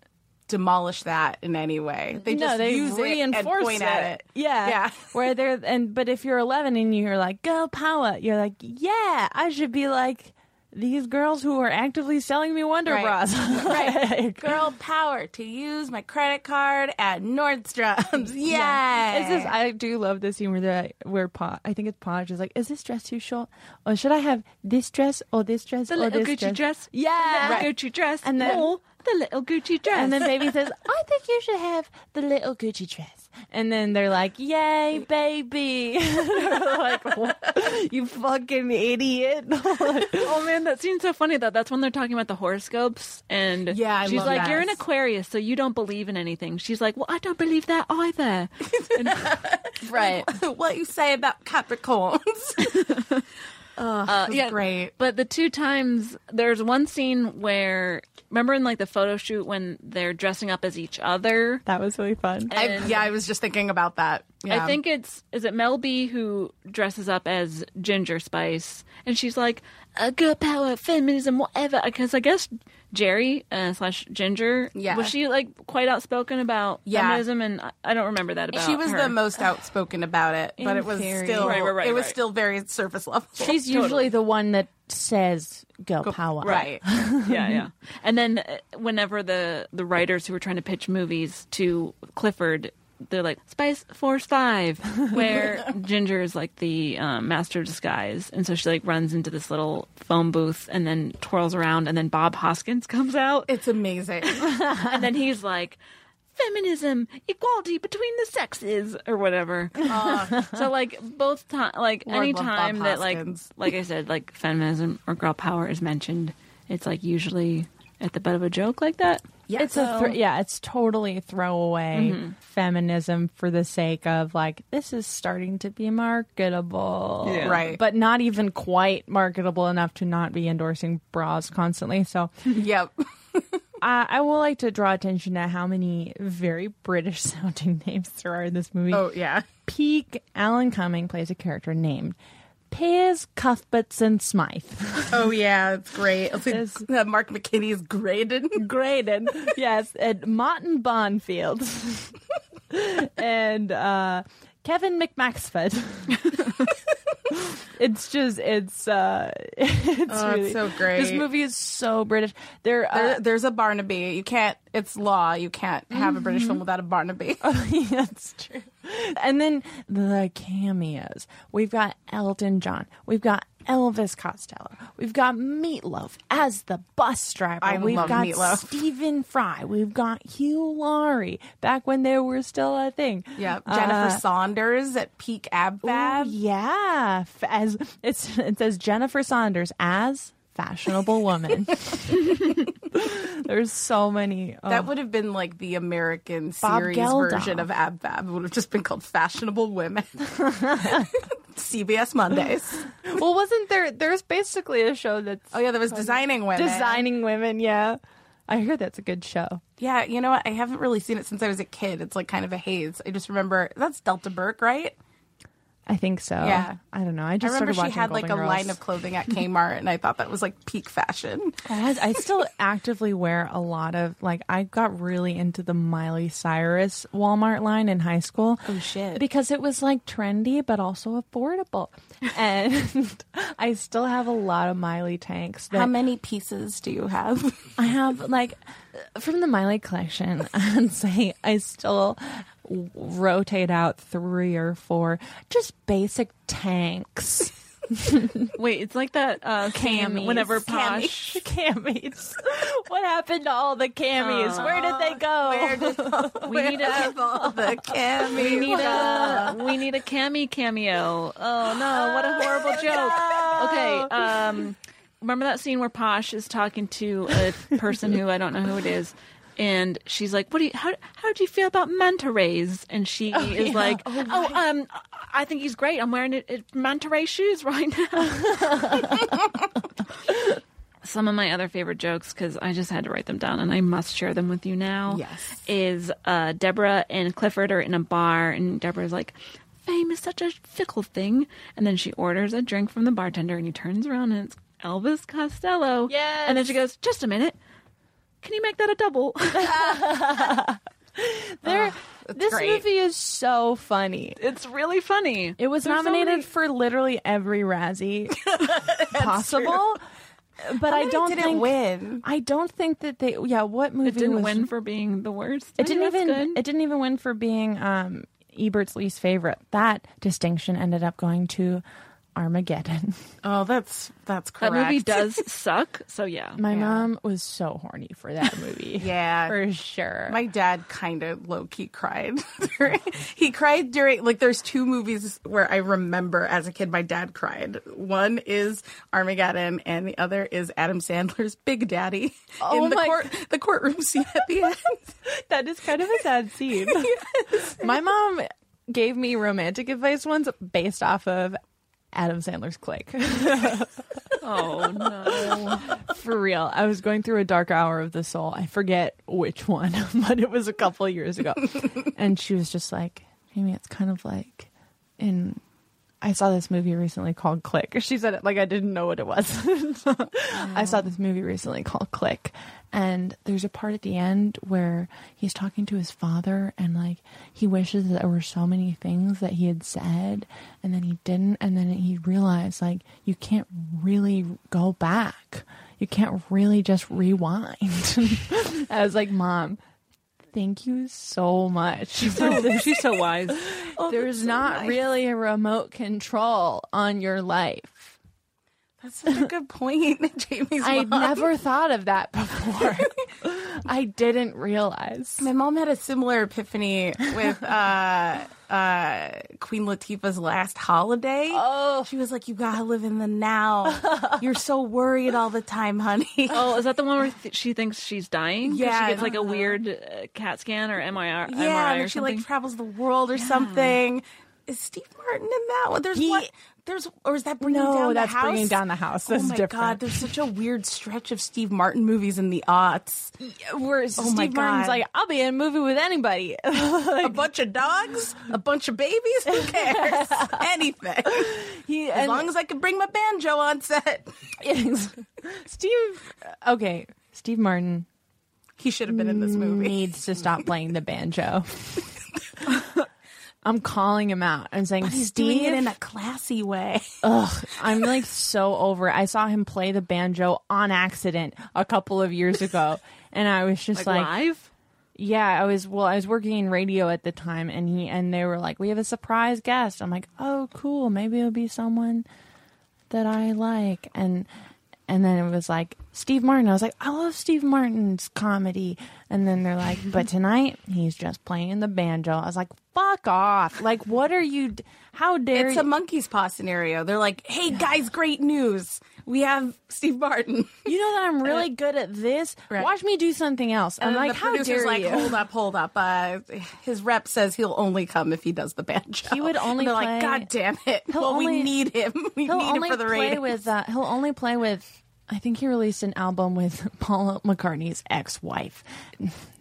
[SPEAKER 6] demolish that in any way. They
[SPEAKER 5] no,
[SPEAKER 6] just
[SPEAKER 5] they
[SPEAKER 6] use
[SPEAKER 5] reinforce
[SPEAKER 6] it and point at
[SPEAKER 5] [LAUGHS]
[SPEAKER 6] it.
[SPEAKER 5] Yeah,
[SPEAKER 6] yeah.
[SPEAKER 5] Where they're and but if you're 11 and you're like go power, you're like yeah, I should be like these girls who are actively selling me Wonder
[SPEAKER 6] Right.
[SPEAKER 5] Bras. [LAUGHS]
[SPEAKER 6] right. Girl power to use my credit card at Nordstrom's. Yeah.
[SPEAKER 5] It's just, I do love this scene where the where Pod, I think it's Podge is like, is this dress too short, or should I have this dress or this dress
[SPEAKER 4] The
[SPEAKER 5] or
[SPEAKER 4] little
[SPEAKER 5] this
[SPEAKER 4] Gucci dress.
[SPEAKER 5] Yeah,
[SPEAKER 4] The little Gucci dress.
[SPEAKER 5] And then-
[SPEAKER 4] oh, the little Gucci dress.
[SPEAKER 5] And then baby says, I think you should have the little Gucci dress. And then they're like, Yay, baby. [LAUGHS] like, "What? you fucking idiot.
[SPEAKER 4] oh man, that seems so funny though. That's when they're talking about the horoscopes, and
[SPEAKER 6] Yeah, I
[SPEAKER 4] she's
[SPEAKER 6] love
[SPEAKER 4] like,
[SPEAKER 6] that.
[SPEAKER 4] "You're an Aquarius, so you don't believe in anything." She's like, "Well, I don't believe that
[SPEAKER 6] [LAUGHS]
[SPEAKER 4] either." And-
[SPEAKER 5] right.
[SPEAKER 6] what you say about Capricorns. [LAUGHS]
[SPEAKER 4] Uh, yeah,
[SPEAKER 6] great.
[SPEAKER 4] But the two times there's one scene where remember in like the photo shoot when they're dressing up as each other.
[SPEAKER 5] That was really fun.
[SPEAKER 6] I,
[SPEAKER 4] And-
[SPEAKER 6] yeah, I was just thinking about that. Yeah.
[SPEAKER 4] I think it's is it Mel B who dresses up as Ginger Spice, and she's like, uh, "Girl power, feminism, whatever." Because I guess Jerry uh, slash Ginger,
[SPEAKER 6] Yeah.
[SPEAKER 4] was she like quite outspoken about
[SPEAKER 6] Yeah.
[SPEAKER 4] feminism? And I- I don't remember that about
[SPEAKER 6] she was
[SPEAKER 4] her.
[SPEAKER 6] the most outspoken about it, but
[SPEAKER 5] In
[SPEAKER 6] it was
[SPEAKER 5] theory.
[SPEAKER 6] still
[SPEAKER 4] Right, right, right,
[SPEAKER 6] it was
[SPEAKER 4] right.
[SPEAKER 6] still very surface level.
[SPEAKER 5] She's usually the one that says, Go, power.
[SPEAKER 6] [LAUGHS] right.
[SPEAKER 4] yeah, yeah. [LAUGHS] And then uh, whenever the the writers who were trying to pitch movies to Clifford, they're like Spice Force [LAUGHS] Five, where Ginger is like the um, master of disguise, and so she like runs into this little phone booth and then twirls around, and then Bob Hoskins comes out,
[SPEAKER 6] It's
[SPEAKER 5] [LAUGHS]
[SPEAKER 6] amazing.
[SPEAKER 4] and then he's like. Feminism, equality between the sexes, or whatever. so, like both time, like
[SPEAKER 6] Lord
[SPEAKER 4] any
[SPEAKER 6] love
[SPEAKER 4] time
[SPEAKER 6] Bob
[SPEAKER 4] that, like,
[SPEAKER 6] Hoskins.
[SPEAKER 4] like I said, like feminism or girl power is mentioned, it's like usually at the butt of a joke like that.
[SPEAKER 6] Yeah,
[SPEAKER 5] it's a thr yeah, it's totally throwaway feminism for the sake of like this is starting to be marketable,
[SPEAKER 4] Yeah.
[SPEAKER 6] Right.
[SPEAKER 5] But not even quite marketable enough to not be endorsing bras constantly. So
[SPEAKER 6] yep.
[SPEAKER 5] I, I will like to draw attention to how many very British [LAUGHS] sounding names there are in this movie.
[SPEAKER 6] Oh yeah.
[SPEAKER 5] Peak Alan Cumming plays a character named Piers Cuthbertson
[SPEAKER 6] [LAUGHS]
[SPEAKER 5] Smythe.
[SPEAKER 6] Oh yeah, it's great. It's like,
[SPEAKER 5] It's-
[SPEAKER 6] uh, [LAUGHS] Mark McKinney
[SPEAKER 5] [LAUGHS]
[SPEAKER 6] is graded.
[SPEAKER 5] Graydon. yes, and Martin Bonfield. [LAUGHS] and uh, Kevin McMaxford. [LAUGHS] it's just it's uh [LAUGHS] it's
[SPEAKER 6] Oh, it's
[SPEAKER 5] really
[SPEAKER 6] so great.
[SPEAKER 5] This movie is so British. There uh,
[SPEAKER 6] There, there's a Barnaby. You can't. It's law. You can't have a British
[SPEAKER 5] Mm-hmm.
[SPEAKER 6] film without
[SPEAKER 5] [LAUGHS]
[SPEAKER 6] a Barnaby.
[SPEAKER 5] Uh, that's true. And then the cameos. We've got Elton John. We've got Elvis Costello. We've got Meatloaf as the bus driver.
[SPEAKER 6] I
[SPEAKER 5] We've
[SPEAKER 6] love
[SPEAKER 5] got
[SPEAKER 6] Meatloaf.
[SPEAKER 5] Stephen Fry. We've got Hugh Laurie back when they were still a thing.
[SPEAKER 6] Yeah,
[SPEAKER 5] Uh,
[SPEAKER 6] Jennifer Saunders at peak ab
[SPEAKER 5] Oh
[SPEAKER 6] fab.
[SPEAKER 5] yeah, F- as it's it says Jennifer Saunders as fashionable
[SPEAKER 6] [LAUGHS]
[SPEAKER 5] woman. There's so many. oh.
[SPEAKER 6] That would have been like the American
[SPEAKER 5] Bob
[SPEAKER 6] series
[SPEAKER 5] Geldof.
[SPEAKER 6] version of ab fab. It would have just been called
[SPEAKER 5] [LAUGHS]
[SPEAKER 6] Fashionable Women. [LAUGHS] CBS Mondays.
[SPEAKER 5] well, wasn't there? There's basically a show that's
[SPEAKER 6] Oh yeah, there was Designing Women.
[SPEAKER 5] designing women. Yeah, I hear that's a good show.
[SPEAKER 6] Yeah, you know what? I haven't really seen it since I was a kid. It's like kind of a haze. I just remember that's Delta Burke, right?
[SPEAKER 5] I think so.
[SPEAKER 6] Yeah.
[SPEAKER 5] I don't know. I
[SPEAKER 6] I
[SPEAKER 5] just
[SPEAKER 6] remember
[SPEAKER 5] started
[SPEAKER 6] she
[SPEAKER 5] watching
[SPEAKER 6] had like
[SPEAKER 5] Golden
[SPEAKER 6] a
[SPEAKER 5] Girls.
[SPEAKER 6] line of clothing at Kmart, and I thought that was like peak fashion.
[SPEAKER 5] Guys, [LAUGHS] I still actively wear a lot of like I got really into the Miley Cyrus Walmart line in high school.
[SPEAKER 6] Oh, shit.
[SPEAKER 5] Because it was like trendy but also affordable. [LAUGHS] And [LAUGHS] I still have a lot of Miley tanks. That
[SPEAKER 6] How many pieces do you have? [LAUGHS]
[SPEAKER 5] I have like from the Miley collection, [LAUGHS] I'd say I still w- rotate out three or four just basic tanks.
[SPEAKER 4] [LAUGHS] Wait, it's like that uh, scene
[SPEAKER 5] Camis.
[SPEAKER 4] whenever
[SPEAKER 5] Camis.
[SPEAKER 4] Posh.
[SPEAKER 5] camis. what happened to all the camis? Where did they go?
[SPEAKER 6] [LAUGHS] Oh,
[SPEAKER 4] We need a
[SPEAKER 6] all the cameos.
[SPEAKER 4] we need [LAUGHS] a we need a Cammy cameo. Oh no, what a [GASPS] horrible joke. Okay, um, remember that scene where Posh is talking to a person who I don't know who it is. And she's like, "What do you? How how do you feel about manta rays?" And she is like, "Oh, um, I think he's great. I'm wearing it, it manta ray shoes right now." Some of my other favorite jokes, because I just had to write them down, and I must share them with you now
[SPEAKER 6] Yes.
[SPEAKER 4] is uh, Deborah and Clifford are in a bar, and Deborah's like, "Fame is such a fickle thing." And then she orders a drink from the bartender, and he turns around, and it's Elvis Costello.
[SPEAKER 5] Yes.
[SPEAKER 4] And then she goes, "Just a minute, can you make that a double? [LAUGHS]
[SPEAKER 5] There, this
[SPEAKER 6] great.
[SPEAKER 5] movie is so funny.
[SPEAKER 4] it's really funny.
[SPEAKER 5] It was
[SPEAKER 4] There's so
[SPEAKER 5] nominated
[SPEAKER 4] many-
[SPEAKER 5] for literally
[SPEAKER 4] [LAUGHS]
[SPEAKER 5] every Razzie [LAUGHS] possible. But I
[SPEAKER 6] many
[SPEAKER 5] don't
[SPEAKER 6] did it
[SPEAKER 5] think
[SPEAKER 6] win?
[SPEAKER 5] I don't think that they. Yeah, what movie
[SPEAKER 4] It didn't
[SPEAKER 5] was-
[SPEAKER 4] win for being the worst.
[SPEAKER 5] It didn't
[SPEAKER 4] Oh, That's
[SPEAKER 5] even.
[SPEAKER 4] good.
[SPEAKER 5] It didn't even win for being um, Ebert's least favorite. That distinction ended up going to Armageddon. [LAUGHS]
[SPEAKER 6] Oh, that's that's
[SPEAKER 4] that
[SPEAKER 6] correct.
[SPEAKER 4] movie does suck. So yeah,
[SPEAKER 5] My mom was so horny for that
[SPEAKER 4] [LAUGHS]
[SPEAKER 5] movie.
[SPEAKER 6] Yeah.
[SPEAKER 5] for sure.
[SPEAKER 6] My dad kind of low key cried. [LAUGHS] during- he cried during like there's two movies where I remember as a kid my dad cried. One is Armageddon and the other is Adam Sandler's Big Daddy
[SPEAKER 5] Oh
[SPEAKER 6] in the
[SPEAKER 5] my-
[SPEAKER 6] court the courtroom scene at the end.
[SPEAKER 5] [LAUGHS] that is kind of a
[SPEAKER 4] [LAUGHS]
[SPEAKER 5] sad scene. My mom gave me romantic advice once based off of Adam Sandler's Click.
[SPEAKER 4] [LAUGHS] Oh no.
[SPEAKER 5] For real, I was going through a dark hour of the soul. I forget which one, [LAUGHS] but it was a couple of
[SPEAKER 4] [LAUGHS]
[SPEAKER 5] years ago. and she was just like, Jamie, it's kind of like in. I saw this movie recently called Click. [LAUGHS] She said it like I didn't know what it was. [LAUGHS] I saw this movie recently called Click. And there's a part at the end where he's talking to his father and like he wishes that there were so many things that he had said and then he didn't. And then he realized like you can't really go back. You can't really just rewind. [LAUGHS] I was like, Mom, thank you so much. for this
[SPEAKER 4] She's
[SPEAKER 5] [LAUGHS]
[SPEAKER 4] so wise.
[SPEAKER 5] there's not really a remote control on your life.
[SPEAKER 6] That's such a good point, [LAUGHS] Jamie's
[SPEAKER 5] I
[SPEAKER 6] mom.
[SPEAKER 5] [LAUGHS] never thought of that before. [LAUGHS] I didn't realize.
[SPEAKER 6] My mom had a similar epiphany with uh, uh, Queen Latifah's last holiday. Oh, she was like, "You gotta live in the now. You're so worried all the
[SPEAKER 5] [LAUGHS]
[SPEAKER 6] time, honey."
[SPEAKER 4] Oh, is that the one where th- she thinks she's dying? 'Cause
[SPEAKER 6] Yeah.
[SPEAKER 4] she gets like a weird uh, CAT scan or MRI,
[SPEAKER 6] yeah,
[SPEAKER 4] MRI or
[SPEAKER 6] and she
[SPEAKER 4] something.
[SPEAKER 6] like travels the world or something. Is Steve Martin in that one? There's
[SPEAKER 5] He-
[SPEAKER 6] one. There's or is that bringing
[SPEAKER 5] No,
[SPEAKER 6] down the
[SPEAKER 5] that's
[SPEAKER 6] house?
[SPEAKER 5] Bringing Down the House. That's
[SPEAKER 6] oh my god,
[SPEAKER 5] different.
[SPEAKER 6] there's such a weird stretch of Steve Martin movies in the aughts.
[SPEAKER 5] Whereas
[SPEAKER 6] Oh my
[SPEAKER 5] Steve Martin's
[SPEAKER 6] God.
[SPEAKER 5] like, I'll be in a movie with [LAUGHS] anybody.
[SPEAKER 6] a bunch of dogs, a bunch of babies.
[SPEAKER 5] [LAUGHS]
[SPEAKER 6] Who cares? Anything.
[SPEAKER 5] He-
[SPEAKER 6] As
[SPEAKER 5] and-
[SPEAKER 6] long as I can bring my banjo on set.
[SPEAKER 5] Steve, okay, Steve Martin
[SPEAKER 6] He should have been in this movie.
[SPEAKER 5] needs to stop playing the banjo. [LAUGHS] I'm calling him out. I'm saying,
[SPEAKER 6] Mm, He's
[SPEAKER 5] Steve,
[SPEAKER 6] doing it in a classy way.
[SPEAKER 5] Ugh, I'm like so over. it. I saw him play the banjo on accident a couple of years ago, and I was just
[SPEAKER 4] Like,
[SPEAKER 5] like,
[SPEAKER 4] live.
[SPEAKER 5] "Yeah, I was." Well, I was working in radio at the time, and he and they were like, "We have a surprise guest." I'm like, "Oh, cool. Maybe it'll be someone that I like." And and then it was like Steve Martin. I was like, "I love Steve Martin's comedy." And then they're like,
[SPEAKER 6] [LAUGHS]
[SPEAKER 5] "But tonight he's just playing the banjo." I was like, "Fuck off! Like, what are you? d- How dare
[SPEAKER 6] It's
[SPEAKER 5] you?"
[SPEAKER 6] a monkey's paw scenario. They're like, hey, guys, great news. We have Steve Martin.
[SPEAKER 5] you know that
[SPEAKER 6] [LAUGHS]
[SPEAKER 5] I'm really good at this.
[SPEAKER 6] Right.
[SPEAKER 5] Watch me do something else. I'm
[SPEAKER 6] And
[SPEAKER 5] like,
[SPEAKER 6] the
[SPEAKER 5] how
[SPEAKER 6] producer's
[SPEAKER 5] dare
[SPEAKER 6] like,
[SPEAKER 5] you?
[SPEAKER 6] hold up, hold up. Uh, his rep says he'll only come if he does the banjo.
[SPEAKER 5] He would only
[SPEAKER 6] And they're
[SPEAKER 5] play-
[SPEAKER 6] like, God damn it.
[SPEAKER 5] He'll
[SPEAKER 6] Well,
[SPEAKER 5] only-
[SPEAKER 6] we need him. [LAUGHS] We
[SPEAKER 5] he'll
[SPEAKER 6] need
[SPEAKER 5] only
[SPEAKER 6] him for the
[SPEAKER 5] play
[SPEAKER 6] ratings. [LAUGHS]
[SPEAKER 5] with. Uh, he'll only play with. I think he released an album with [LAUGHS] Paul McCartney's ex-wife,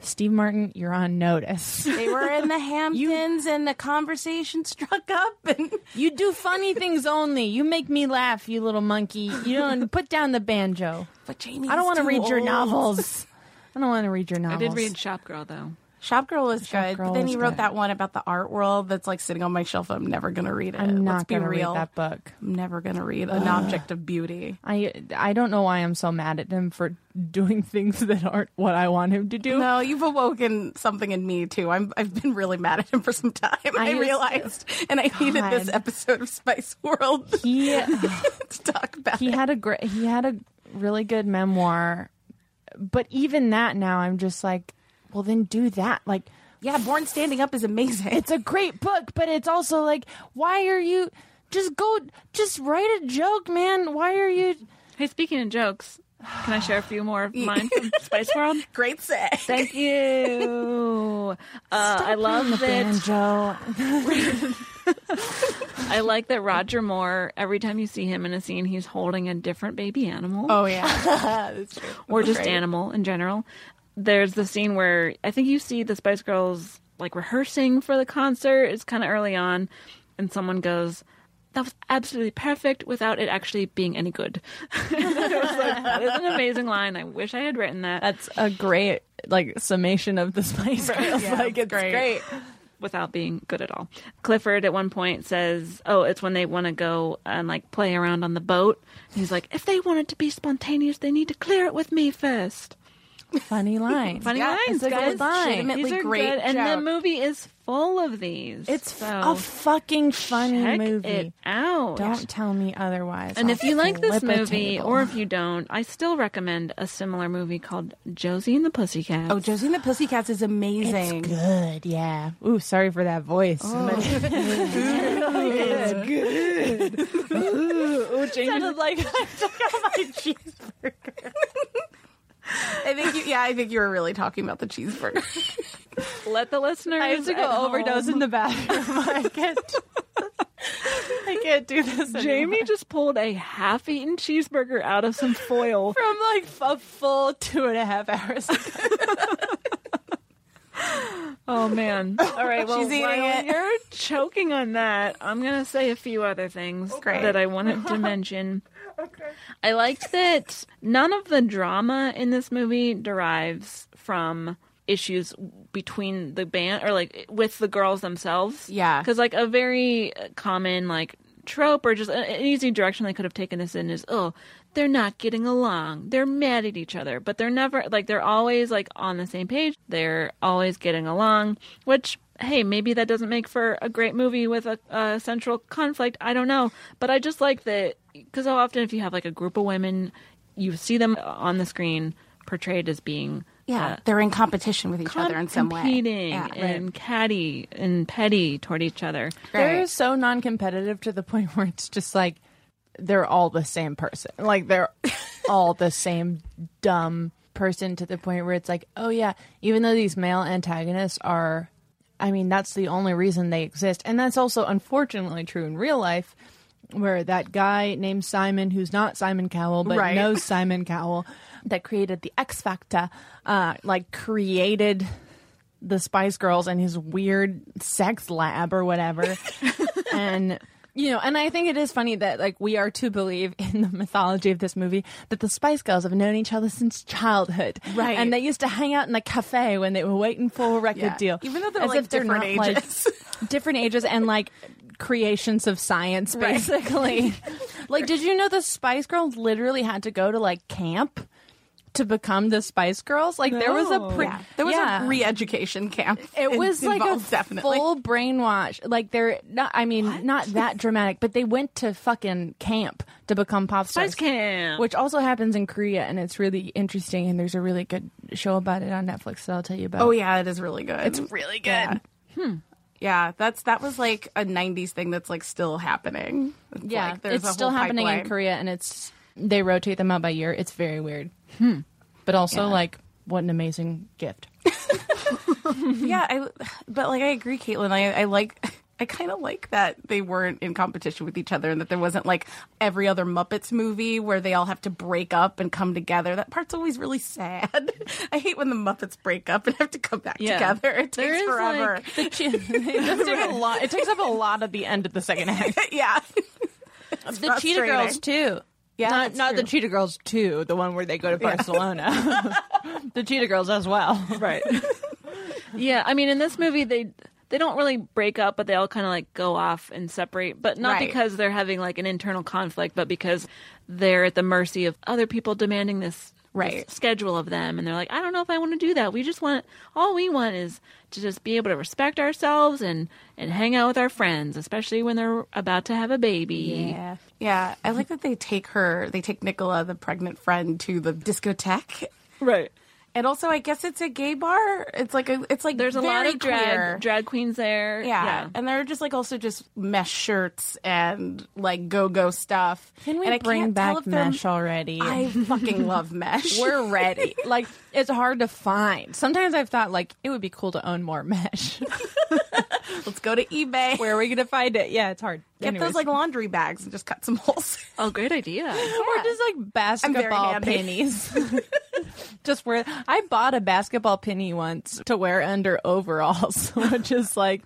[SPEAKER 5] Steve Martin. You're on notice.
[SPEAKER 6] They were in the Hamptons, and the conversation struck up, and
[SPEAKER 5] [LAUGHS] You do funny things only. You make me laugh, you little monkey. You [LAUGHS] don't put down the banjo.
[SPEAKER 6] But Jamie,
[SPEAKER 5] I don't
[SPEAKER 6] want to
[SPEAKER 5] read your [LAUGHS] novels. I don't want to read your
[SPEAKER 4] I
[SPEAKER 5] novels.
[SPEAKER 4] did read Shop Girl though.
[SPEAKER 6] [LAUGHS] Shop Girl is good,
[SPEAKER 5] Girl
[SPEAKER 6] but then
[SPEAKER 5] is
[SPEAKER 6] he wrote
[SPEAKER 5] good.
[SPEAKER 6] that one about the art world that's like sitting on my shelf. I'm never gonna read it.
[SPEAKER 5] I'm
[SPEAKER 6] Let's
[SPEAKER 5] not
[SPEAKER 6] be
[SPEAKER 5] going to read
[SPEAKER 6] real.
[SPEAKER 5] that book.
[SPEAKER 6] I'm never gonna read an object of beauty.
[SPEAKER 5] I I don't know why I'm so mad at him for [LAUGHS] doing things that aren't what I want him to do.
[SPEAKER 6] No, you've awoken something in me too. I'm I've been really mad at him for some time. I,
[SPEAKER 5] used-
[SPEAKER 6] realized, and I needed this
[SPEAKER 5] God.
[SPEAKER 6] episode of Spice World [LAUGHS]
[SPEAKER 5] He [LAUGHS]
[SPEAKER 6] to talk about.
[SPEAKER 5] he
[SPEAKER 6] it.
[SPEAKER 5] had a great he had a really good memoir, but even that now I'm just like, well then do that. Like
[SPEAKER 6] yeah, Born Standing Up is amazing.
[SPEAKER 5] it's a great book, but it's also like, why are you just go just write a joke, man? Why are you?
[SPEAKER 4] Hey, speaking of jokes, can I share a few more of mine from
[SPEAKER 6] [LAUGHS]
[SPEAKER 4] Spice World?
[SPEAKER 6] great set.
[SPEAKER 4] Thank you. Uh, I love that.
[SPEAKER 5] Banjo.
[SPEAKER 4] I like that Roger Moore. Every time you see him in a scene, he's holding a different baby animal.
[SPEAKER 6] [LAUGHS] Oh [LAUGHS] yeah,
[SPEAKER 4] or just animal in general. There's the scene where I think you see the Spice Girls like rehearsing for the concert. It's kind of early on, and someone goes, that was absolutely perfect without it actually being any good. [LAUGHS] And I was like, that is an amazing line. I wish I had written that
[SPEAKER 5] That's a great like summation
[SPEAKER 4] [LAUGHS]
[SPEAKER 5] of the Spice Girls.
[SPEAKER 6] Yeah,
[SPEAKER 5] like it's
[SPEAKER 6] great.
[SPEAKER 5] great.
[SPEAKER 4] without being good at all. Clifford at one point says, "Oh, it's when they want to go and like play around on the boat." He's like, "If they wanted to be spontaneous, they need to clear it with me first. [LAUGHS]
[SPEAKER 5] Funny line.
[SPEAKER 4] Funny
[SPEAKER 6] Yeah,
[SPEAKER 4] lines,
[SPEAKER 5] it's a good
[SPEAKER 4] guys.
[SPEAKER 5] line.
[SPEAKER 6] Legitimately
[SPEAKER 4] These are
[SPEAKER 6] great
[SPEAKER 4] good, and
[SPEAKER 6] joke.
[SPEAKER 4] the movie is full of these.
[SPEAKER 5] It's
[SPEAKER 4] so
[SPEAKER 5] a fucking funny
[SPEAKER 4] check
[SPEAKER 5] movie.
[SPEAKER 4] it out.
[SPEAKER 5] Don't tell me otherwise.
[SPEAKER 4] And
[SPEAKER 5] I'll
[SPEAKER 4] if you like this
[SPEAKER 5] flip a
[SPEAKER 4] movie,
[SPEAKER 5] table.
[SPEAKER 4] or if you don't, I still recommend a similar movie called Josie and the Pussycats.
[SPEAKER 6] Oh, Josie and the Pussycats
[SPEAKER 5] it's
[SPEAKER 6] is amazing.
[SPEAKER 5] good, yeah. Ooh, sorry for that voice. [LAUGHS]
[SPEAKER 6] [LAUGHS] Oh,
[SPEAKER 5] it's good. Ooh, ooh, James is like, I took out my cheeseburger.
[SPEAKER 6] I think you, yeah, I think you were really talking about the cheeseburger. [LAUGHS]
[SPEAKER 4] Let the listeners
[SPEAKER 5] I have to
[SPEAKER 4] at
[SPEAKER 5] go overdose
[SPEAKER 4] home-
[SPEAKER 5] in the bathroom. [LAUGHS] I can't. [LAUGHS] I can't do this.
[SPEAKER 4] [LAUGHS]
[SPEAKER 5] anymore.
[SPEAKER 4] Jamie just pulled a half-eaten cheeseburger out of some foil.
[SPEAKER 5] from like a full two and a half hours. ago.
[SPEAKER 4] Oh man! [LAUGHS] All right, well,
[SPEAKER 6] She's eating
[SPEAKER 4] while
[SPEAKER 6] it.
[SPEAKER 4] you're choking on that, I'm gonna say a few other things
[SPEAKER 6] Okay.
[SPEAKER 4] that I wanted
[SPEAKER 6] [LAUGHS]
[SPEAKER 4] to mention. I liked that none of the drama in this movie derives from issues between the band or like with the girls themselves.
[SPEAKER 6] Yeah.
[SPEAKER 4] Because, like, a very uh, common, like, trope or just a- an easy direction they could have taken this in is, oh, they're not getting along. They're mad at each other, but they're never, like, they're always, like, on the same page. They're always getting along, which. Hey, maybe that doesn't make for a great movie with a, a central conflict. I don't know. But I just like that because so often, if you have like a group of women, you see them on the screen portrayed as being
[SPEAKER 6] Yeah,
[SPEAKER 4] uh,
[SPEAKER 6] they're in competition with each other in some way.
[SPEAKER 4] competing
[SPEAKER 6] Yeah,
[SPEAKER 4] and catty and petty toward each other.
[SPEAKER 6] Right.
[SPEAKER 5] They're so non-competitive to the [LAUGHS] point where it's just like they're all the same person. Like [LAUGHS] they're all the same dumb person to the point where it's like, oh yeah, even though these male antagonists are, I mean, that's the only reason they exist, and that's also unfortunately true in real life. Where that guy named Simon, who's not Simon Cowell, but
[SPEAKER 6] Right.
[SPEAKER 5] knows Simon Cowell, [LAUGHS] that created the X Factor, uh, like created the Spice Girls and his weird sex lab or
[SPEAKER 6] [LAUGHS]
[SPEAKER 5] whatever. and you know, and I think it is funny that like we are to believe in the mythology of this movie that the Spice Girls have known each other since childhood,
[SPEAKER 6] Right.
[SPEAKER 5] And they used to hang out in the cafe when they were waiting for a record
[SPEAKER 6] Yeah.
[SPEAKER 5] deal,
[SPEAKER 6] Even though they're, like, different ages. [LAUGHS]
[SPEAKER 5] like, different ages, and like creations of science, basically.
[SPEAKER 6] [LAUGHS]
[SPEAKER 5] like, did you know the Spice Girls literally had to go to like camp? To become the Spice Girls, like there was a pre-
[SPEAKER 6] Oh. Yeah. There was
[SPEAKER 5] Yeah
[SPEAKER 6] a re-education camp.
[SPEAKER 5] it
[SPEAKER 6] in-
[SPEAKER 5] was like a
[SPEAKER 6] involved, definitely.
[SPEAKER 5] full brainwash. Like they're not. I mean, not that dramatic, but they went to fucking camp to become pop stars.
[SPEAKER 4] Spice camp.
[SPEAKER 5] which also happens in Korea, and it's really interesting. And there's a really good show about it on Netflix that I'll tell you about.
[SPEAKER 6] Oh yeah, it is really good. It's really good.
[SPEAKER 5] Yeah.
[SPEAKER 6] Yeah. Yeah, that's that was like a '90s thing that's like still happening. It's
[SPEAKER 5] yeah,
[SPEAKER 6] like, there's a
[SPEAKER 5] it's
[SPEAKER 6] whole
[SPEAKER 5] still happening in
[SPEAKER 6] pipeline.
[SPEAKER 5] Korea, and it's they rotate them out by year. It's very weird, but also like what an amazing gift.
[SPEAKER 6] Yeah, I, but like I agree, Caitlin. I, I like. [LAUGHS] I kind of like that they weren't in competition with each other, and that there wasn't like every other Muppets movie where they all have to break up and come together. That part's always really sad. [LAUGHS] I hate when the Muppets break up and have to come back
[SPEAKER 4] Yeah.
[SPEAKER 6] together. [LAUGHS] It
[SPEAKER 4] There
[SPEAKER 6] takes
[SPEAKER 4] is,
[SPEAKER 6] forever.
[SPEAKER 4] like-
[SPEAKER 5] [LAUGHS] it does take a lot. It takes up a lot at the end of the second act.
[SPEAKER 6] yeah,
[SPEAKER 5] the Cheetah
[SPEAKER 6] frustrating.
[SPEAKER 5] Girls too.
[SPEAKER 6] Yeah,
[SPEAKER 5] not
[SPEAKER 6] that's
[SPEAKER 5] not the
[SPEAKER 6] true.
[SPEAKER 5] Cheetah Girls too. The one where they go to Barcelona. [LAUGHS] the Cheetah Girls as well. [LAUGHS] Right.
[SPEAKER 4] Yeah, I mean, in this movie, they they don't really break up, but they all kind of like go off and separate. But not
[SPEAKER 6] Right.
[SPEAKER 4] because they're having like an internal conflict, but because they're at the mercy of other people demanding this,
[SPEAKER 6] Right.
[SPEAKER 4] this schedule of them, and they're like, I don't know if I want to do that. We just want all we want is to just be able to respect ourselves and and hang out with our friends, especially when they're about to have a baby.
[SPEAKER 6] Yeah. Yeah. I like that they take her, they take Nicola, the pregnant friend, to the discotheque.
[SPEAKER 4] Right.
[SPEAKER 6] And also, I guess it's a gay bar. It's like a, it's like
[SPEAKER 4] There's a lot
[SPEAKER 6] very
[SPEAKER 4] of drag
[SPEAKER 6] queer.
[SPEAKER 4] drag queens there.
[SPEAKER 6] Yeah. and they're just like also just mesh shirts and like go go stuff.
[SPEAKER 5] Can we
[SPEAKER 6] and I
[SPEAKER 5] bring
[SPEAKER 6] can't tell
[SPEAKER 5] back
[SPEAKER 6] if they're-
[SPEAKER 5] mesh already?
[SPEAKER 6] I fucking love mesh.
[SPEAKER 5] [LAUGHS] We're ready. [LAUGHS] Like it's hard to find. Sometimes I've thought like it would be cool to own more mesh.
[SPEAKER 6] [LAUGHS]
[SPEAKER 5] [LAUGHS]
[SPEAKER 6] Let's go to eBay.
[SPEAKER 5] Where are we gonna find it? Yeah, it's hard.
[SPEAKER 6] Get
[SPEAKER 5] Anyways.
[SPEAKER 6] those like laundry bags and just cut some holes. [LAUGHS]
[SPEAKER 4] Oh, great idea.
[SPEAKER 5] Or just like basketball
[SPEAKER 6] handy.
[SPEAKER 5] pennies.
[SPEAKER 6] [LAUGHS]
[SPEAKER 5] [LAUGHS] just wear. I bought a basketball penny once to wear under overalls, [LAUGHS] which is like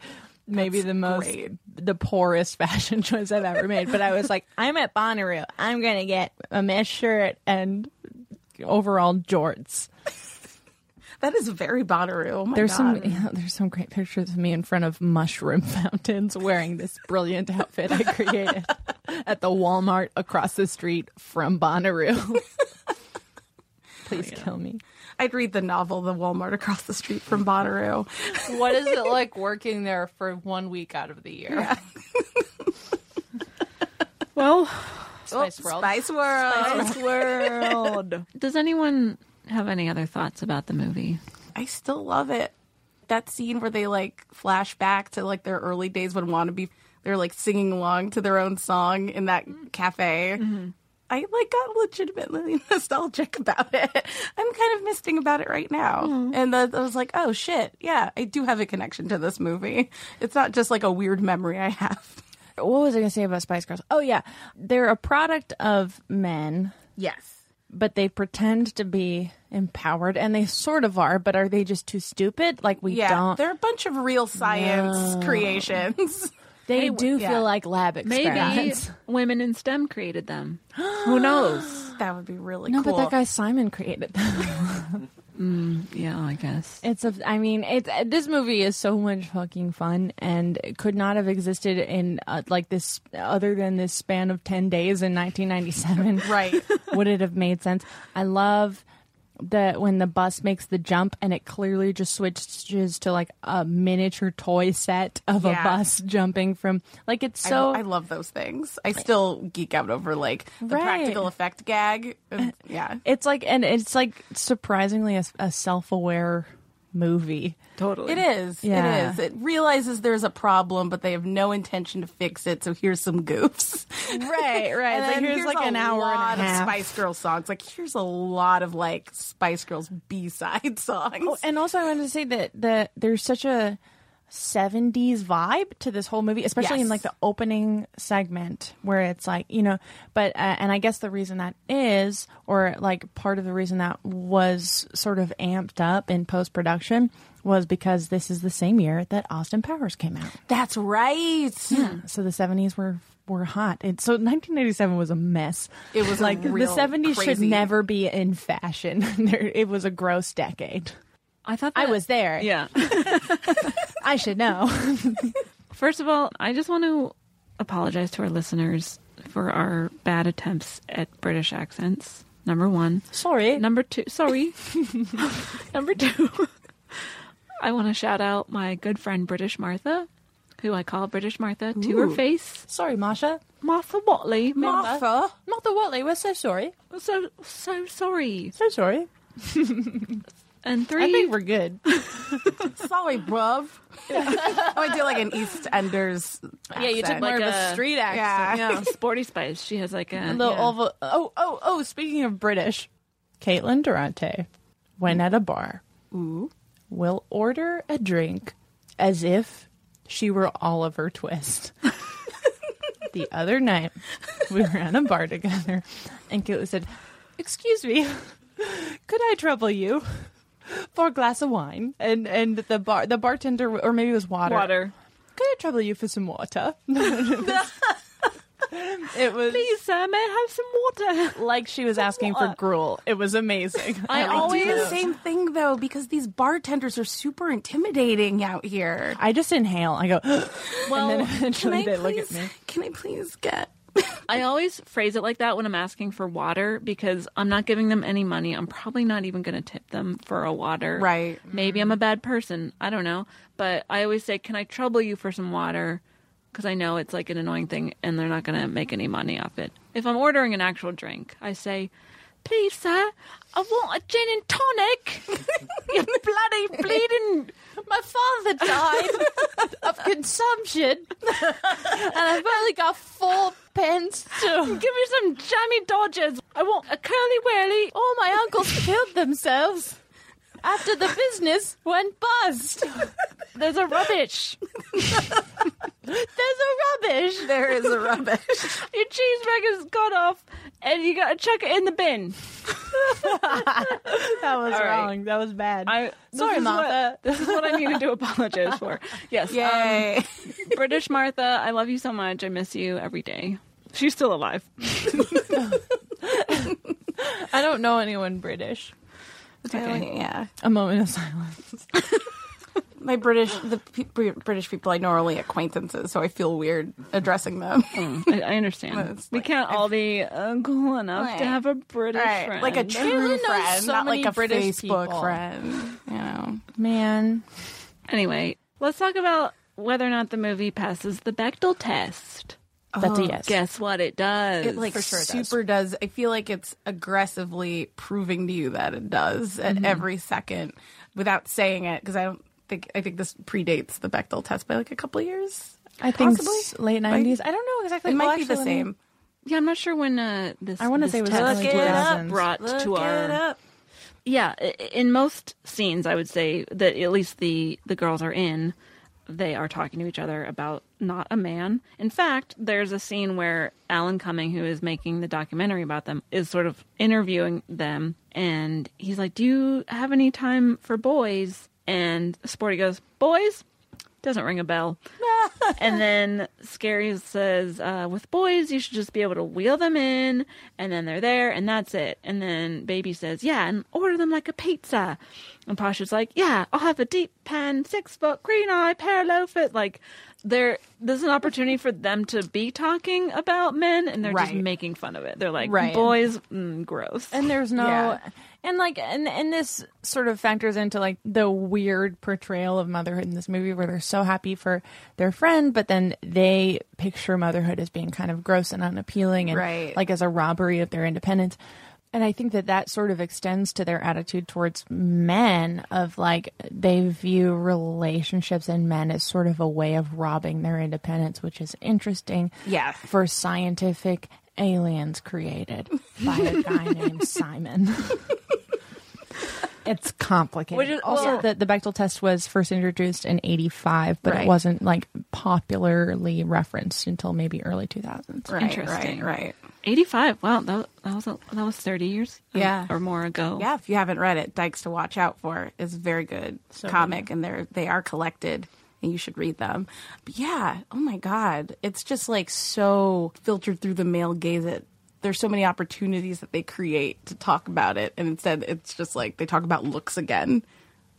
[SPEAKER 5] maybe the most
[SPEAKER 6] great.
[SPEAKER 5] the poorest [LAUGHS] fashion choice I've ever made. But I was
[SPEAKER 6] [LAUGHS]
[SPEAKER 5] like, I'm at Bonnaroo. I'm gonna get a mesh shirt and overall jorts.
[SPEAKER 6] That is very Bonnaroo. Oh my
[SPEAKER 5] There's some
[SPEAKER 6] God.
[SPEAKER 5] yeah, [LAUGHS] there's some great pictures of me in front of mushroom [LAUGHS] fountains wearing this brilliant outfit
[SPEAKER 8] [LAUGHS]
[SPEAKER 5] I created at the Walmart across the street from Bonnaroo. [LAUGHS] Please kill me.
[SPEAKER 6] I'd read the novel The Walmart Across the Street from Bonnaroo. [LAUGHS]
[SPEAKER 8] What is
[SPEAKER 5] [LAUGHS]
[SPEAKER 8] it like working there for one week out of the year?
[SPEAKER 4] Well,
[SPEAKER 8] Spice World.
[SPEAKER 6] Oh, Spice World. [LAUGHS]
[SPEAKER 5] World.
[SPEAKER 4] does anyone have any other thoughts about the movie?
[SPEAKER 6] I still love it. That scene where they like flash back to like their early days when wannabe they're like singing along to their own song in that cafe. I like got legitimately [LAUGHS] nostalgic about it. I'm kind of misting about it right now. And the, I was like, oh shit, yeah, I do have a connection to this movie. It's not just like a weird memory I have.
[SPEAKER 5] what was I going to say about Spice Girls? Oh yeah, they're a product of men,
[SPEAKER 6] Yes.
[SPEAKER 5] but they pretend to be empowered, and they sort of are. But are they just too stupid? Like we
[SPEAKER 6] Yeah.
[SPEAKER 5] don't.
[SPEAKER 6] They're a bunch of real science creations.
[SPEAKER 5] They do
[SPEAKER 6] yeah.
[SPEAKER 5] feel like lab
[SPEAKER 4] Maybe
[SPEAKER 5] experiments.
[SPEAKER 4] women in STEM created them. Who knows?
[SPEAKER 6] that would be really
[SPEAKER 5] No,
[SPEAKER 6] cool.
[SPEAKER 5] but that guy Simon created them. [LAUGHS]
[SPEAKER 4] Yeah, I guess.
[SPEAKER 5] It's a. I mean, it's uh, this movie is so much fucking fun, and it could not have existed in uh, like this other than this span of ten days in 1997.
[SPEAKER 6] [LAUGHS] Right.
[SPEAKER 5] [LAUGHS] would it have made sense? I love that when the bus makes the jump and it clearly just switches to like a miniature toy set of
[SPEAKER 6] Yeah.
[SPEAKER 5] a bus jumping from like it's
[SPEAKER 6] I-
[SPEAKER 5] so
[SPEAKER 6] I, love those things. I still geek out over like the
[SPEAKER 5] Right. Uh,
[SPEAKER 6] practical effect gag. And- yeah.
[SPEAKER 5] it's like and it's like surprisingly a, a self-aware movie.
[SPEAKER 4] Totally.
[SPEAKER 6] It is.
[SPEAKER 5] Yeah.
[SPEAKER 6] It is. It realizes there's a problem, but they have no intention to fix it. So here's some goofs. [LAUGHS]
[SPEAKER 5] Right, right.
[SPEAKER 6] And
[SPEAKER 5] It's like,
[SPEAKER 6] then
[SPEAKER 5] here's, like, an hour and a
[SPEAKER 6] lot of
[SPEAKER 5] half.
[SPEAKER 6] Spice Girls songs. Like here's a lot of like Spice Girls B side [LAUGHS] songs.
[SPEAKER 5] Oh, And also, I wanted to say that that there's such a 70s vibe to this whole movie, especially in
[SPEAKER 6] Yes.
[SPEAKER 5] like the opening segment where it's like, you know, but, uh, and I guess the reason that is, or like part of the reason that was sort of amped up in post production was because this is the same year that Austin Powers came out.
[SPEAKER 6] That's right.
[SPEAKER 5] So the 70s were were hot. And so 1987 was a mess.
[SPEAKER 6] It was
[SPEAKER 5] like
[SPEAKER 6] real
[SPEAKER 5] the 70s should
[SPEAKER 6] crazy.
[SPEAKER 5] never be in fashion. [LAUGHS] There- it was a gross decade.
[SPEAKER 4] I thought
[SPEAKER 5] I
[SPEAKER 4] that-
[SPEAKER 5] was there.
[SPEAKER 4] Yeah.
[SPEAKER 5] I should know.
[SPEAKER 4] [LAUGHS]
[SPEAKER 5] [LAUGHS]
[SPEAKER 4] First of all, I just want to apologize to our listeners for our bad attempts at British accents. Number one.
[SPEAKER 5] Sorry.
[SPEAKER 4] Number two, [LAUGHS] sorry. Number two, I want to shout out my good friend British Martha, who I call British Martha to her face.
[SPEAKER 5] Sorry, Masha.
[SPEAKER 4] Martha Watley, remember?
[SPEAKER 6] [LAUGHS] Martha.
[SPEAKER 5] Martha Watley, we're so sorry.
[SPEAKER 4] So so sorry.
[SPEAKER 5] So sorry.
[SPEAKER 4] And
[SPEAKER 5] I
[SPEAKER 4] three,
[SPEAKER 5] think we're good. [LAUGHS]
[SPEAKER 6] Sorry, bruv. [LAUGHS] oh, I did like an EastEnders. Yeah,
[SPEAKER 4] took more Like of a a-
[SPEAKER 5] street
[SPEAKER 6] [LAUGHS] accent.
[SPEAKER 4] yeah, Sporty Spice. She has like [LAUGHS] a,
[SPEAKER 5] The
[SPEAKER 4] yeah.
[SPEAKER 5] oval. Oh, oh, oh! Speaking of British, Caitlin Durante, when at a bar, will order a drink as if she were
[SPEAKER 4] [LAUGHS]
[SPEAKER 5] Oliver Twist. the other night, we were at a bar together, and Caitlin said, "Excuse me, could I trouble you?" For a glass of wine, and and the bar the bartender or maybe it was
[SPEAKER 4] water.
[SPEAKER 5] could I trouble you for some water? [LAUGHS] it
[SPEAKER 4] [LAUGHS]
[SPEAKER 5] was
[SPEAKER 4] Please, sir, may I have some
[SPEAKER 5] [LAUGHS]
[SPEAKER 4] water?
[SPEAKER 5] like she was asking for gruel. It was [LAUGHS] amazing.
[SPEAKER 4] I
[SPEAKER 5] liked
[SPEAKER 4] always-
[SPEAKER 5] it.
[SPEAKER 6] do Oh, the same thing though because these bartenders are super intimidating out here.
[SPEAKER 5] I just inhale. I go, [GASPS] well, and then eventually
[SPEAKER 6] Can I
[SPEAKER 5] they look at
[SPEAKER 6] please?
[SPEAKER 5] me.
[SPEAKER 6] Can I please get?
[SPEAKER 4] I always phrase it like that when I'm asking for water because I'm not giving them any money. I'm probably not even going to tip them for a water.
[SPEAKER 6] Right.
[SPEAKER 4] Maybe I'm a bad person. I don't know. But I always say, Can I trouble you for some water? Because I know it's like an annoying thing and they're not going to make any money off it. If I'm ordering an actual drink, I say, Please, sir, I want a gin and tonic. [LAUGHS] you bloody bleeding.
[SPEAKER 5] My father died [LAUGHS] of consumption, and I've only got four pence to.
[SPEAKER 4] Give me some jammy dodgers. I want a curly whirly. Oh
[SPEAKER 5] All my uncles killed themselves. after the business went bust.
[SPEAKER 4] There's a
[SPEAKER 6] [LAUGHS]
[SPEAKER 4] rubbish.
[SPEAKER 5] There's a rubbish.
[SPEAKER 6] There is a rubbish.
[SPEAKER 4] Your cheese bag is cut off, and you gotta chuck it in the bin.
[SPEAKER 5] [LAUGHS] That was
[SPEAKER 4] right.
[SPEAKER 5] wrong. That was bad.
[SPEAKER 4] I this
[SPEAKER 5] Sorry,
[SPEAKER 4] is what-
[SPEAKER 5] Martha.
[SPEAKER 4] this is what I needed to apologize
[SPEAKER 6] [LAUGHS]
[SPEAKER 4] for. Yes, um,
[SPEAKER 6] Yay.
[SPEAKER 4] British Martha, I love you so much. I miss you every day. She's still alive.
[SPEAKER 5] I don't know anyone British.
[SPEAKER 6] Really, yeah.
[SPEAKER 5] A moment of silence.
[SPEAKER 6] My British, the pe- Br- British people I know are only acquaintances, so I feel weird addressing them.
[SPEAKER 4] I, I understand.
[SPEAKER 6] It's
[SPEAKER 4] We
[SPEAKER 6] like-
[SPEAKER 4] can't all be uh, cool enough
[SPEAKER 6] Right.
[SPEAKER 4] to have a British friend.
[SPEAKER 6] Like a true
[SPEAKER 5] really know
[SPEAKER 6] friend,
[SPEAKER 5] so
[SPEAKER 6] not
[SPEAKER 5] many
[SPEAKER 6] like a
[SPEAKER 5] British
[SPEAKER 6] Facebook
[SPEAKER 5] people.
[SPEAKER 6] friend. You know.
[SPEAKER 5] Man.
[SPEAKER 4] anyway, let's talk about whether or not the movie passes the Bechtel test.
[SPEAKER 5] That's a yes.
[SPEAKER 4] Guess what it does.
[SPEAKER 6] Oh. It like super does. I feel like it's aggressively proving to you that it does at
[SPEAKER 5] Mm-hmm.
[SPEAKER 6] every second without saying it because I don't think I think this predates the Bechdel test by like a couple of years.
[SPEAKER 5] I think
[SPEAKER 6] Possibly.
[SPEAKER 5] s- late 90s. I don't know exactly.
[SPEAKER 6] It might
[SPEAKER 5] Well,
[SPEAKER 6] be the
[SPEAKER 5] actually, let me-
[SPEAKER 6] same.
[SPEAKER 4] yeah, I'm not sure when uh, this.
[SPEAKER 5] I wanna
[SPEAKER 4] this
[SPEAKER 5] say it was
[SPEAKER 4] test
[SPEAKER 5] definitely
[SPEAKER 4] was
[SPEAKER 5] 2000s.
[SPEAKER 4] brought to our yeah i- in most scenes i would say that at least the the girls are in they are talking to each other about not a man in fact there's a scene where alan cumming who is making the documentary about them is sort of interviewing them and he's like do you have any time for boys and sporty goes boys doesn't ring a
[SPEAKER 6] [LAUGHS]
[SPEAKER 4] bell and then Scary says, uh, with boys, you should just be able to wheel them in, and then they're there, and that's it. And then Baby says, yeah, and order them like a pizza. And Pasha's like, yeah, I'll have a deep pan, six foot, green eye, parallel foot. Like, there, there's an opportunity for them to be talking about men, and they're just
[SPEAKER 6] Right.
[SPEAKER 4] making fun of it. They're like,
[SPEAKER 5] Right.
[SPEAKER 4] boys, mm, gross.
[SPEAKER 5] and there's no
[SPEAKER 6] Yeah.
[SPEAKER 5] and like and and this sort of factors into like the weird portrayal of motherhood in this movie where they're so happy for their friend but then they picture motherhood as being kind of gross and unappealing and
[SPEAKER 6] Right.
[SPEAKER 5] like as a robbery of their independence and i think that that sort of extends to their attitude towards men of like they view relationships and men as sort of a way of robbing their independence which is interesting
[SPEAKER 6] Yeah.
[SPEAKER 5] for scientific aliens created by a [LAUGHS] guy named Simon. [LAUGHS] it's complicated.
[SPEAKER 9] Which is-
[SPEAKER 5] also,
[SPEAKER 9] well-
[SPEAKER 5] the, the Bechtel test was first introduced in 85, but
[SPEAKER 6] Right.
[SPEAKER 5] it wasn't like popularly referenced until maybe early 2000s.
[SPEAKER 6] Right,
[SPEAKER 4] Interesting.
[SPEAKER 6] Right. Right.
[SPEAKER 4] 85. Wow, that, that was a, that was 30 years or-
[SPEAKER 6] Yeah.
[SPEAKER 4] or more ago.
[SPEAKER 6] Yeah, if you haven't read it, Dykes to Watch Out For is a very good comic, and they're they are collected, and you should read them. But yeah, oh my god, it's just like so filtered through the male gaze. It there's so many opportunities that they create to talk about it, and instead it's just like they talk about looks again.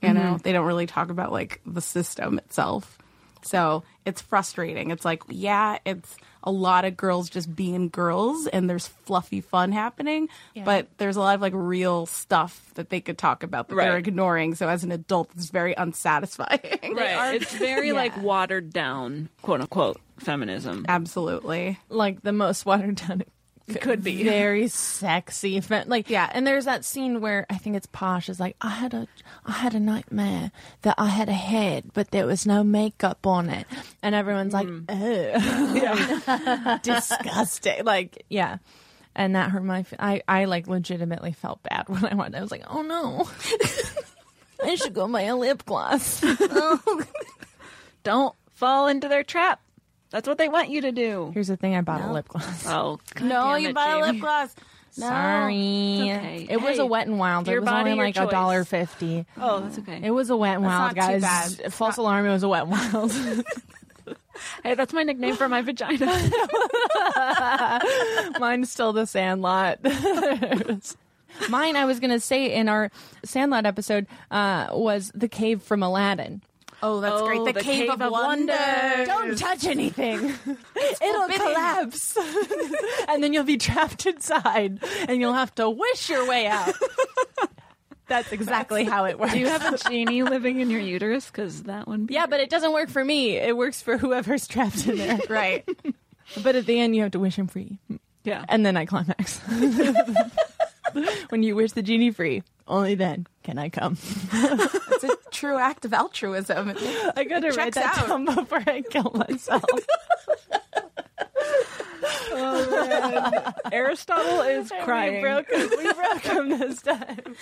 [SPEAKER 6] You
[SPEAKER 4] Mm-hmm.
[SPEAKER 6] know, they don't really talk about like the system itself. So it's frustrating. It's like, yeah, it's a lot of girls just being girls and there's fluffy fun happening, but there's a lot of like real stuff that they could talk about that they're
[SPEAKER 4] Right.
[SPEAKER 6] ignoring. So as an adult, it's very unsatisfying.
[SPEAKER 4] Right. It's very like watered down, quote unquote, feminism.
[SPEAKER 6] [LAUGHS] Absolutely.
[SPEAKER 5] Like the most [LAUGHS] watered down. It could be very sexy, fe- like
[SPEAKER 6] Yeah.
[SPEAKER 5] And there's that scene where I think it's Posh is like, I had a, I had a nightmare that I had a head, but there was no makeup on it, and everyone's like, oh, [LAUGHS] disgusting. Like, yeah. And that hurt my. fe- I I like legitimately felt bad [LAUGHS] when I went. I was like, oh no, [LAUGHS] I should go buy a lip [LAUGHS] gloss.
[SPEAKER 4] Don't fall into their trap. That's what they want you to do.
[SPEAKER 5] Here's the thing: I bought a lip gloss.
[SPEAKER 4] Oh God
[SPEAKER 6] No,
[SPEAKER 4] damn
[SPEAKER 6] you
[SPEAKER 4] it,
[SPEAKER 6] buy a
[SPEAKER 4] [LAUGHS]
[SPEAKER 6] lip
[SPEAKER 4] Jamie.
[SPEAKER 6] gloss. No.
[SPEAKER 5] Sorry,
[SPEAKER 4] okay.
[SPEAKER 5] it was
[SPEAKER 4] Hey,
[SPEAKER 5] a Wet and Wild.
[SPEAKER 4] your
[SPEAKER 5] It was
[SPEAKER 4] body,
[SPEAKER 5] only
[SPEAKER 4] your
[SPEAKER 5] like
[SPEAKER 4] choice.
[SPEAKER 5] a dollar fifty.
[SPEAKER 4] Oh, that's okay.
[SPEAKER 5] It was a Wet and Wild,
[SPEAKER 6] not too
[SPEAKER 5] guys.
[SPEAKER 6] bad.
[SPEAKER 5] False alarm. It was a Wet and Wild. [LAUGHS]
[SPEAKER 4] hey, that's my nickname for my [LAUGHS] vagina.
[SPEAKER 5] Mine's still the Sandlot. [LAUGHS] Mine, I was gonna say in our Sandlot episode, uh, was the cave from Aladdin.
[SPEAKER 6] Oh, that's great.
[SPEAKER 4] Oh,
[SPEAKER 6] The, Cave, of, Wonder.
[SPEAKER 5] Don't touch anything. It'll collapse. [LAUGHS] and then you'll be trapped inside and you'll have to wish your way out. That's exactly how [LAUGHS] it works.
[SPEAKER 4] do you have a genie living in your uterus? Because that would be.
[SPEAKER 5] yeah, but it doesn't work for me. It works for whoever's trapped in there.
[SPEAKER 6] Right.
[SPEAKER 5] but at the end, you have to wish him free.
[SPEAKER 4] yeah. [LAUGHS]
[SPEAKER 5] And then I climax. when you wish the genie free, only then can I come.
[SPEAKER 6] It's a true act of altruism. It makes
[SPEAKER 5] I gotta write
[SPEAKER 6] Checks
[SPEAKER 5] that
[SPEAKER 6] out.
[SPEAKER 5] down before I kill myself.
[SPEAKER 4] Aristotle is [LAUGHS]
[SPEAKER 5] we broke him. We broke him this time.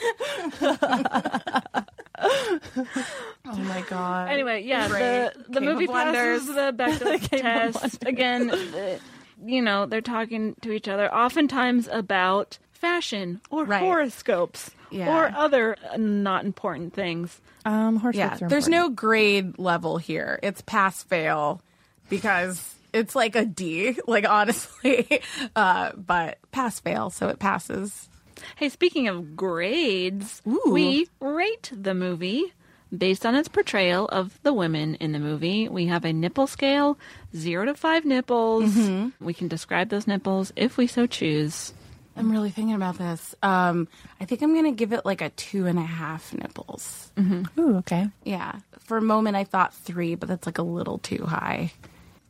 [SPEAKER 6] Oh my god.
[SPEAKER 4] Anyway, yeah,
[SPEAKER 6] Great.
[SPEAKER 4] the, the
[SPEAKER 6] Game
[SPEAKER 4] movie
[SPEAKER 6] of wonders.
[SPEAKER 4] passes the Bechdel test. Again, the, you know, they're talking to each other, oftentimes about fashion or
[SPEAKER 6] Right.
[SPEAKER 4] horoscopes
[SPEAKER 6] Yeah.
[SPEAKER 4] or other uh, not important things.
[SPEAKER 5] Um, horse
[SPEAKER 6] Yeah, there's no grade level here. It's pass fail because it's like a D, [LAUGHS] like honestly. [LAUGHS] Uh, but pass fail, so it passes.
[SPEAKER 4] Hey, speaking of grades,
[SPEAKER 6] Ooh.
[SPEAKER 4] we rate the movie based on its portrayal of the women in the movie. We have a nipple scale, zero to five nipples. We can describe those nipples if we so choose.
[SPEAKER 6] I'm really thinking about this. Um, I think I'm gonna give it like a two and a half nipples.
[SPEAKER 5] Ooh, okay.
[SPEAKER 6] Yeah, for a moment I thought three, but that's like a little too high.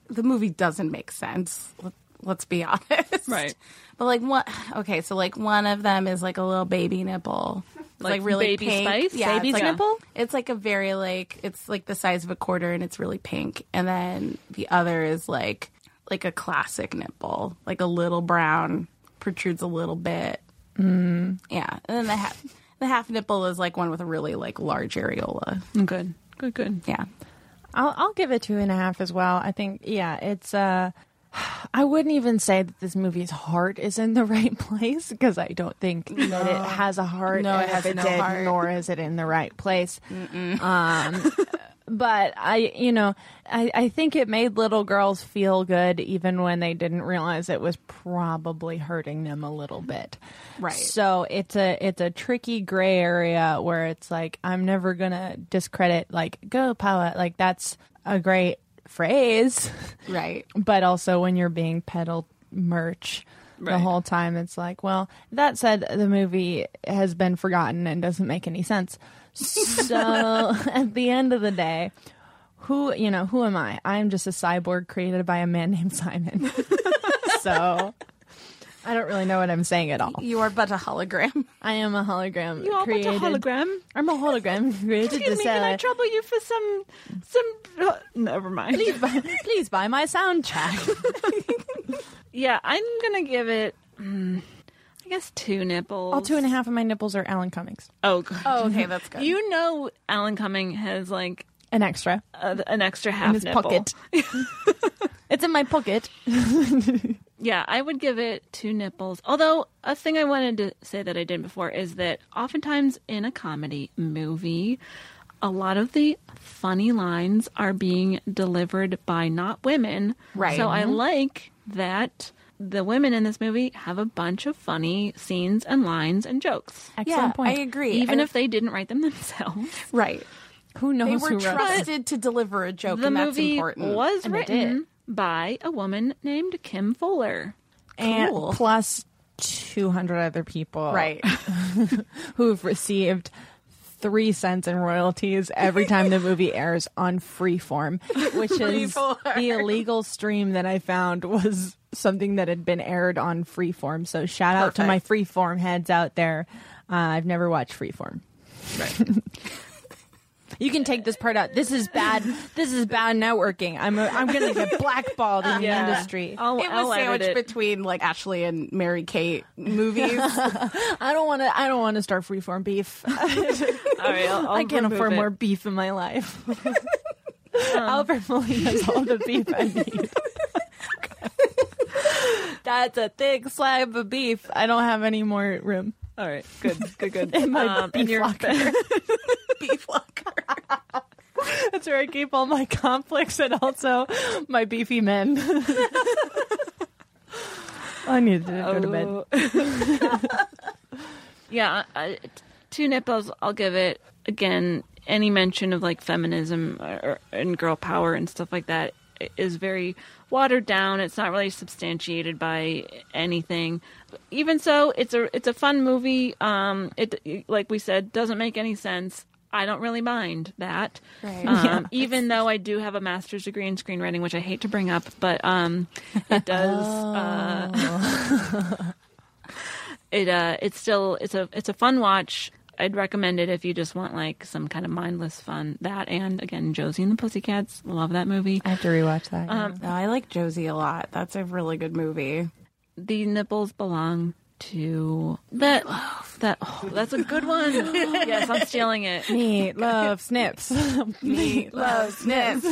[SPEAKER 6] The movie doesn't make sense. Let- Let's be [LAUGHS] honest.
[SPEAKER 4] Right.
[SPEAKER 6] But like one, okay, so like one of them is like a little baby nipple. It's like,
[SPEAKER 4] Like
[SPEAKER 6] really
[SPEAKER 4] Baby
[SPEAKER 6] pink.
[SPEAKER 4] Spice?
[SPEAKER 6] Yeah,
[SPEAKER 4] Baby's
[SPEAKER 6] it's like,
[SPEAKER 4] nipple?
[SPEAKER 6] It's like a very like it's like the size of a quarter and it's really pink. And then the other is like like a classic nipple, like a little brown, protrudes a little bit. Mm. Yeah, and then the half the half nipple is like one with a really like large areola.
[SPEAKER 4] Good, good, good.
[SPEAKER 6] Yeah.
[SPEAKER 5] I'll I'll give it two and a half as well. I think yeah, it's uh [SIGHS] I wouldn't even say that this movie's heart is in the [LAUGHS] right place because I don't think that it has a heart.
[SPEAKER 6] No,
[SPEAKER 5] and
[SPEAKER 6] it has
[SPEAKER 5] if it
[SPEAKER 6] no
[SPEAKER 5] did,
[SPEAKER 6] heart.
[SPEAKER 5] nor is it in the right place. Um, but I, you know, I, I think it made little girls feel good even when they didn't realize it was probably hurting them a little bit.
[SPEAKER 6] Right.
[SPEAKER 5] So it's a it's a tricky gray area where it's like I'm never gonna discredit like go power like that's a great phrase,
[SPEAKER 6] Right.
[SPEAKER 5] but also when you're being peddled merch. The whole time, it's like, well, that said, the movie has been forgotten and doesn't make any sense. So, [LAUGHS] at the end of the day, who you know who am i i'm just a cyborg created by a man named simon [LAUGHS] so i don't really know what i'm saying at all
[SPEAKER 6] You are but a hologram.
[SPEAKER 5] i am a hologram
[SPEAKER 4] You all want
[SPEAKER 5] created
[SPEAKER 4] a hologram?
[SPEAKER 5] i'm a hologram [LAUGHS] created
[SPEAKER 4] Excuse
[SPEAKER 5] to
[SPEAKER 4] me, can I
[SPEAKER 5] sell
[SPEAKER 4] trouble you for some some? uh, never mind.
[SPEAKER 5] please buy, [LAUGHS] please buy my soundtrack
[SPEAKER 4] Yeah, I'm gonna give it. mm, I guess two nipples.
[SPEAKER 5] all two and a half of my nipples are alan cummings
[SPEAKER 4] Oh, good.
[SPEAKER 6] Oh, [LAUGHS] okay, that's good.
[SPEAKER 4] you know, Alan Cumming has like
[SPEAKER 5] an extra
[SPEAKER 4] a, an extra half
[SPEAKER 5] in his
[SPEAKER 4] nipple.
[SPEAKER 5] pocket
[SPEAKER 6] [LAUGHS]
[SPEAKER 5] it's in my pocket
[SPEAKER 4] Yeah, I would give it two nipples. Although a thing I wanted to say that I did before is that oftentimes in a comedy movie, a lot of the funny lines are being delivered by not women.
[SPEAKER 6] Right. Mm-hmm.
[SPEAKER 4] So I like that the women in this movie have a bunch of funny scenes and lines and jokes.
[SPEAKER 6] yeah,
[SPEAKER 5] excellent point
[SPEAKER 6] I agree.
[SPEAKER 4] Even
[SPEAKER 6] I-
[SPEAKER 4] if they didn't write them [LAUGHS] themselves.
[SPEAKER 6] right,
[SPEAKER 5] who knows
[SPEAKER 6] they were
[SPEAKER 5] who wrote it?
[SPEAKER 6] trusted to deliver a joke,
[SPEAKER 4] The
[SPEAKER 6] and that's
[SPEAKER 4] movie
[SPEAKER 6] important.
[SPEAKER 4] was
[SPEAKER 5] And they did.
[SPEAKER 4] written by a woman named Kim Fuller.
[SPEAKER 5] and
[SPEAKER 6] Cool.
[SPEAKER 5] plus 200 other people
[SPEAKER 6] [LAUGHS] [LAUGHS] Right,
[SPEAKER 5] who've received three cents in royalties every time the movie airs on Freeform, which is
[SPEAKER 6] Freeform.
[SPEAKER 5] the illegal stream that I found was something that had been aired on Freeform. So shout out to my Freeform heads out there. Uh, I've never watched Freeform. Right. [LAUGHS] You can take this part out. This is bad. This is bad networking. I'm a, I'm going to get blackballed in the industry.
[SPEAKER 4] I'll,
[SPEAKER 6] Oh, it was
[SPEAKER 4] I'll edit
[SPEAKER 6] sandwiched
[SPEAKER 4] it.
[SPEAKER 6] between like Ashley and Mary Kate [LAUGHS] movies.
[SPEAKER 5] I don't want to. I don't want to start Freeform beef.
[SPEAKER 4] All right,
[SPEAKER 6] [LAUGHS]
[SPEAKER 4] I'll, I'll
[SPEAKER 5] I can't
[SPEAKER 4] remove
[SPEAKER 5] afford
[SPEAKER 4] it.
[SPEAKER 5] more beef in my life. [LAUGHS] Albert Molina has all the beef I need. [LAUGHS] That's a thick slab of beef. I don't have any more room.
[SPEAKER 4] All right, good, good, good.
[SPEAKER 5] In my
[SPEAKER 4] Um, and
[SPEAKER 5] beef
[SPEAKER 4] your-
[SPEAKER 5] locker.
[SPEAKER 6] Beef Locker.
[SPEAKER 5] That's where I keep all my [LAUGHS] conflicts and also my beefy men. I need to go to bed.
[SPEAKER 4] yeah, I, two nipples. I'll give it again. Any mention of like feminism uh, or, and girl power and stuff like that is very watered down. It's not really substantiated by anything. Even so, it's a it's a fun movie. Um, it like we said doesn't make any sense. I don't really mind that.
[SPEAKER 6] Right.
[SPEAKER 4] Um, [LAUGHS] Even though I do have a master's degree in screenwriting, which I hate to bring up, but um, it does. uh, it uh it's still it's a it's a fun watch i'd recommend it if you just want like some kind of mindless fun that and again josie and the pussycats love that movie
[SPEAKER 5] I have to rewatch that.
[SPEAKER 6] No, I like Josie a lot. [LAUGHS] That's a really good movie.
[SPEAKER 4] the nipples belong to that the that. Oh, that's a good one. yes, I'm stealing it.
[SPEAKER 10] Meat, love, snips.
[SPEAKER 6] [LAUGHS]
[SPEAKER 10] Meat,
[SPEAKER 6] Love [LAUGHS] snips.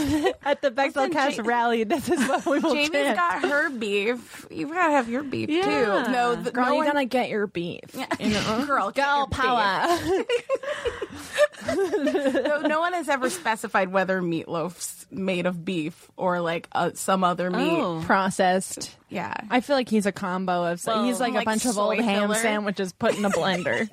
[SPEAKER 10] At the Bechtel
[SPEAKER 6] Listen,
[SPEAKER 10] Cast
[SPEAKER 6] Ja-
[SPEAKER 10] rally, this is what we will
[SPEAKER 6] Jamie's
[SPEAKER 10] chant.
[SPEAKER 6] got her beef. You gotta have your beef
[SPEAKER 4] Yeah.
[SPEAKER 6] too. No, Oh, the,
[SPEAKER 5] Girl,
[SPEAKER 6] no
[SPEAKER 5] you
[SPEAKER 6] one- [LAUGHS]
[SPEAKER 5] gotta get your beef. You know?
[SPEAKER 6] Girl, get
[SPEAKER 5] Girl
[SPEAKER 6] your beef.
[SPEAKER 5] power.
[SPEAKER 6] [LAUGHS] no, no one has ever specified whether meatloaf's made of beef or like uh, some other meat.
[SPEAKER 4] Oh.
[SPEAKER 5] Processed.
[SPEAKER 6] Yeah.
[SPEAKER 5] I feel like he's a combo of. so he's like, a
[SPEAKER 6] Like
[SPEAKER 5] bunch of
[SPEAKER 6] soy
[SPEAKER 5] old ham
[SPEAKER 6] filler.
[SPEAKER 5] sandwiches put in a blender.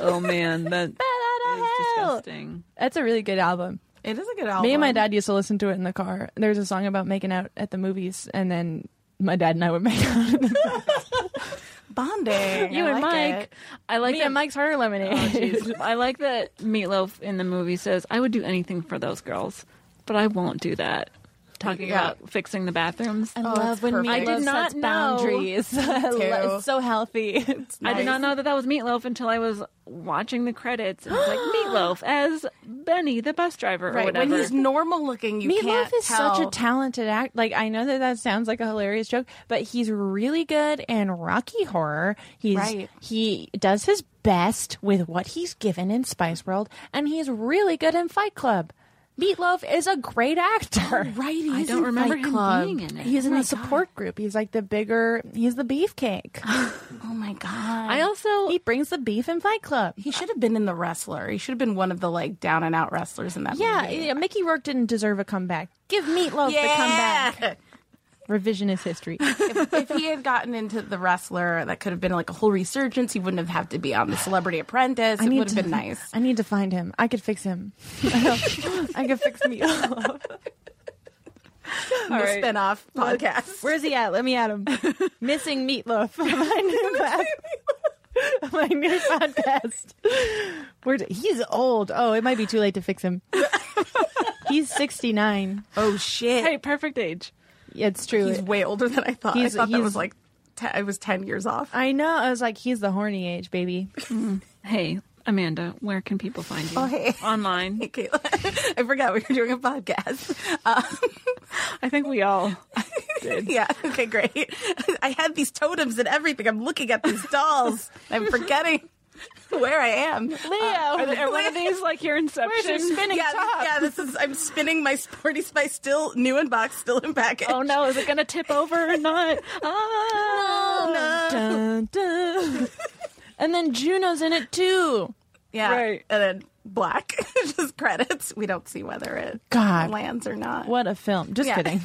[SPEAKER 4] Oh man, that is disgusting.
[SPEAKER 5] That's a really good album.
[SPEAKER 6] It is a good album.
[SPEAKER 5] Me and my dad used to listen to it in the car. There's a song about making out at the movies, and then my dad and I would [LAUGHS] make out. [LAUGHS]
[SPEAKER 6] bonding.
[SPEAKER 4] You
[SPEAKER 6] I
[SPEAKER 4] and
[SPEAKER 6] like
[SPEAKER 4] Mike.
[SPEAKER 6] it.
[SPEAKER 4] I like
[SPEAKER 5] Me
[SPEAKER 4] that
[SPEAKER 5] and Mike's Harder
[SPEAKER 4] Oh,
[SPEAKER 5] Lemonade.
[SPEAKER 4] Jeez. I like that Meatloaf in the movie says, I would do anything for those girls, but I won't do that. Talking
[SPEAKER 6] Yeah.
[SPEAKER 4] about fixing the bathrooms. [LAUGHS] I,
[SPEAKER 6] love when
[SPEAKER 4] I did not know.
[SPEAKER 5] boundaries.
[SPEAKER 6] too.
[SPEAKER 5] it's so healthy.
[SPEAKER 4] did not know that that was Meatloaf until I was watching the credits. And it's like [GASPS] Meatloaf as Benny, the bus driver, or
[SPEAKER 6] Right
[SPEAKER 4] whatever.
[SPEAKER 6] when he's normal looking, you
[SPEAKER 5] Meatloaf
[SPEAKER 6] can't
[SPEAKER 5] is
[SPEAKER 6] tell.
[SPEAKER 5] such a talented act. Like I know that that sounds like a hilarious joke, but he's really good in Rocky Horror. He's
[SPEAKER 6] Right.
[SPEAKER 5] he does his best with what he's given in Spice World, and he's really good in Fight Club. Meatloaf is a great actor.
[SPEAKER 6] right.
[SPEAKER 4] Oh, I
[SPEAKER 6] He's
[SPEAKER 4] don't
[SPEAKER 6] in
[SPEAKER 4] remember
[SPEAKER 6] Fight
[SPEAKER 4] him
[SPEAKER 6] Club.
[SPEAKER 4] being in it.
[SPEAKER 5] He's
[SPEAKER 4] Oh
[SPEAKER 5] in
[SPEAKER 4] my
[SPEAKER 5] the support group. He's like the bigger. He's the beefcake.
[SPEAKER 6] Oh my god!
[SPEAKER 4] I also
[SPEAKER 5] he brings the beef in Fight Club.
[SPEAKER 6] he should have been in the wrestler. He should have been one of the like down and out wrestlers in that.
[SPEAKER 5] Yeah,
[SPEAKER 6] movie.
[SPEAKER 5] yeah, Mickey Rourke didn't deserve a comeback. Give Meatloaf the comeback.
[SPEAKER 4] [LAUGHS]
[SPEAKER 5] Revisionist history.
[SPEAKER 6] if, if he had gotten into the wrestler, that could have been like a whole resurgence. He wouldn't have had to be on the Celebrity Apprentice. It would have been nice.
[SPEAKER 5] [LAUGHS] I need to find him. I could fix him. [LAUGHS] I could fix me.
[SPEAKER 6] The spin-off podcast.
[SPEAKER 5] Where's he at? Let me at [LAUGHS] him. [LAUGHS] Missing meatloaf. My new pod- My new podcast. Where d- he's old. Oh, it might be too late to fix him. He's sixty nine.
[SPEAKER 6] Oh shit!
[SPEAKER 4] hey, perfect age.
[SPEAKER 5] Yeah, it's true.
[SPEAKER 6] He's way older than I thought.
[SPEAKER 5] He's-
[SPEAKER 6] I thought that
[SPEAKER 5] he's-
[SPEAKER 6] was like te- I was ten years off. [LAUGHS]
[SPEAKER 5] I know. I was like, he's the horny age, baby.
[SPEAKER 4] Hey, Amanda, where can people find you?
[SPEAKER 6] hey. [LAUGHS]
[SPEAKER 4] Online.
[SPEAKER 6] Kayla, I forgot we were doing a podcast. [LAUGHS] Um,
[SPEAKER 4] I think we all.
[SPEAKER 6] [LAUGHS] yeah. Okay. Great. [LAUGHS] I had these totems and everything. I'm looking at these dolls. [LAUGHS] I'm forgetting where I am. Uh,
[SPEAKER 4] Leo, are, there, are one of these like your Inception?
[SPEAKER 6] spinning [LAUGHS] yeah, Yeah, this is. I'm spinning my Sporty Spice, still new in box, still in package.
[SPEAKER 4] Oh no, is it going to tip over or
[SPEAKER 5] [LAUGHS]
[SPEAKER 4] not? Ah.
[SPEAKER 5] Dun, dun. and then Juno's in it too.
[SPEAKER 6] Yeah,
[SPEAKER 4] Right.
[SPEAKER 6] and then black, [LAUGHS] just credits. We don't see whether it
[SPEAKER 5] God.
[SPEAKER 6] lands or not.
[SPEAKER 5] What a film. Just
[SPEAKER 6] Yeah.
[SPEAKER 5] kidding. [LAUGHS]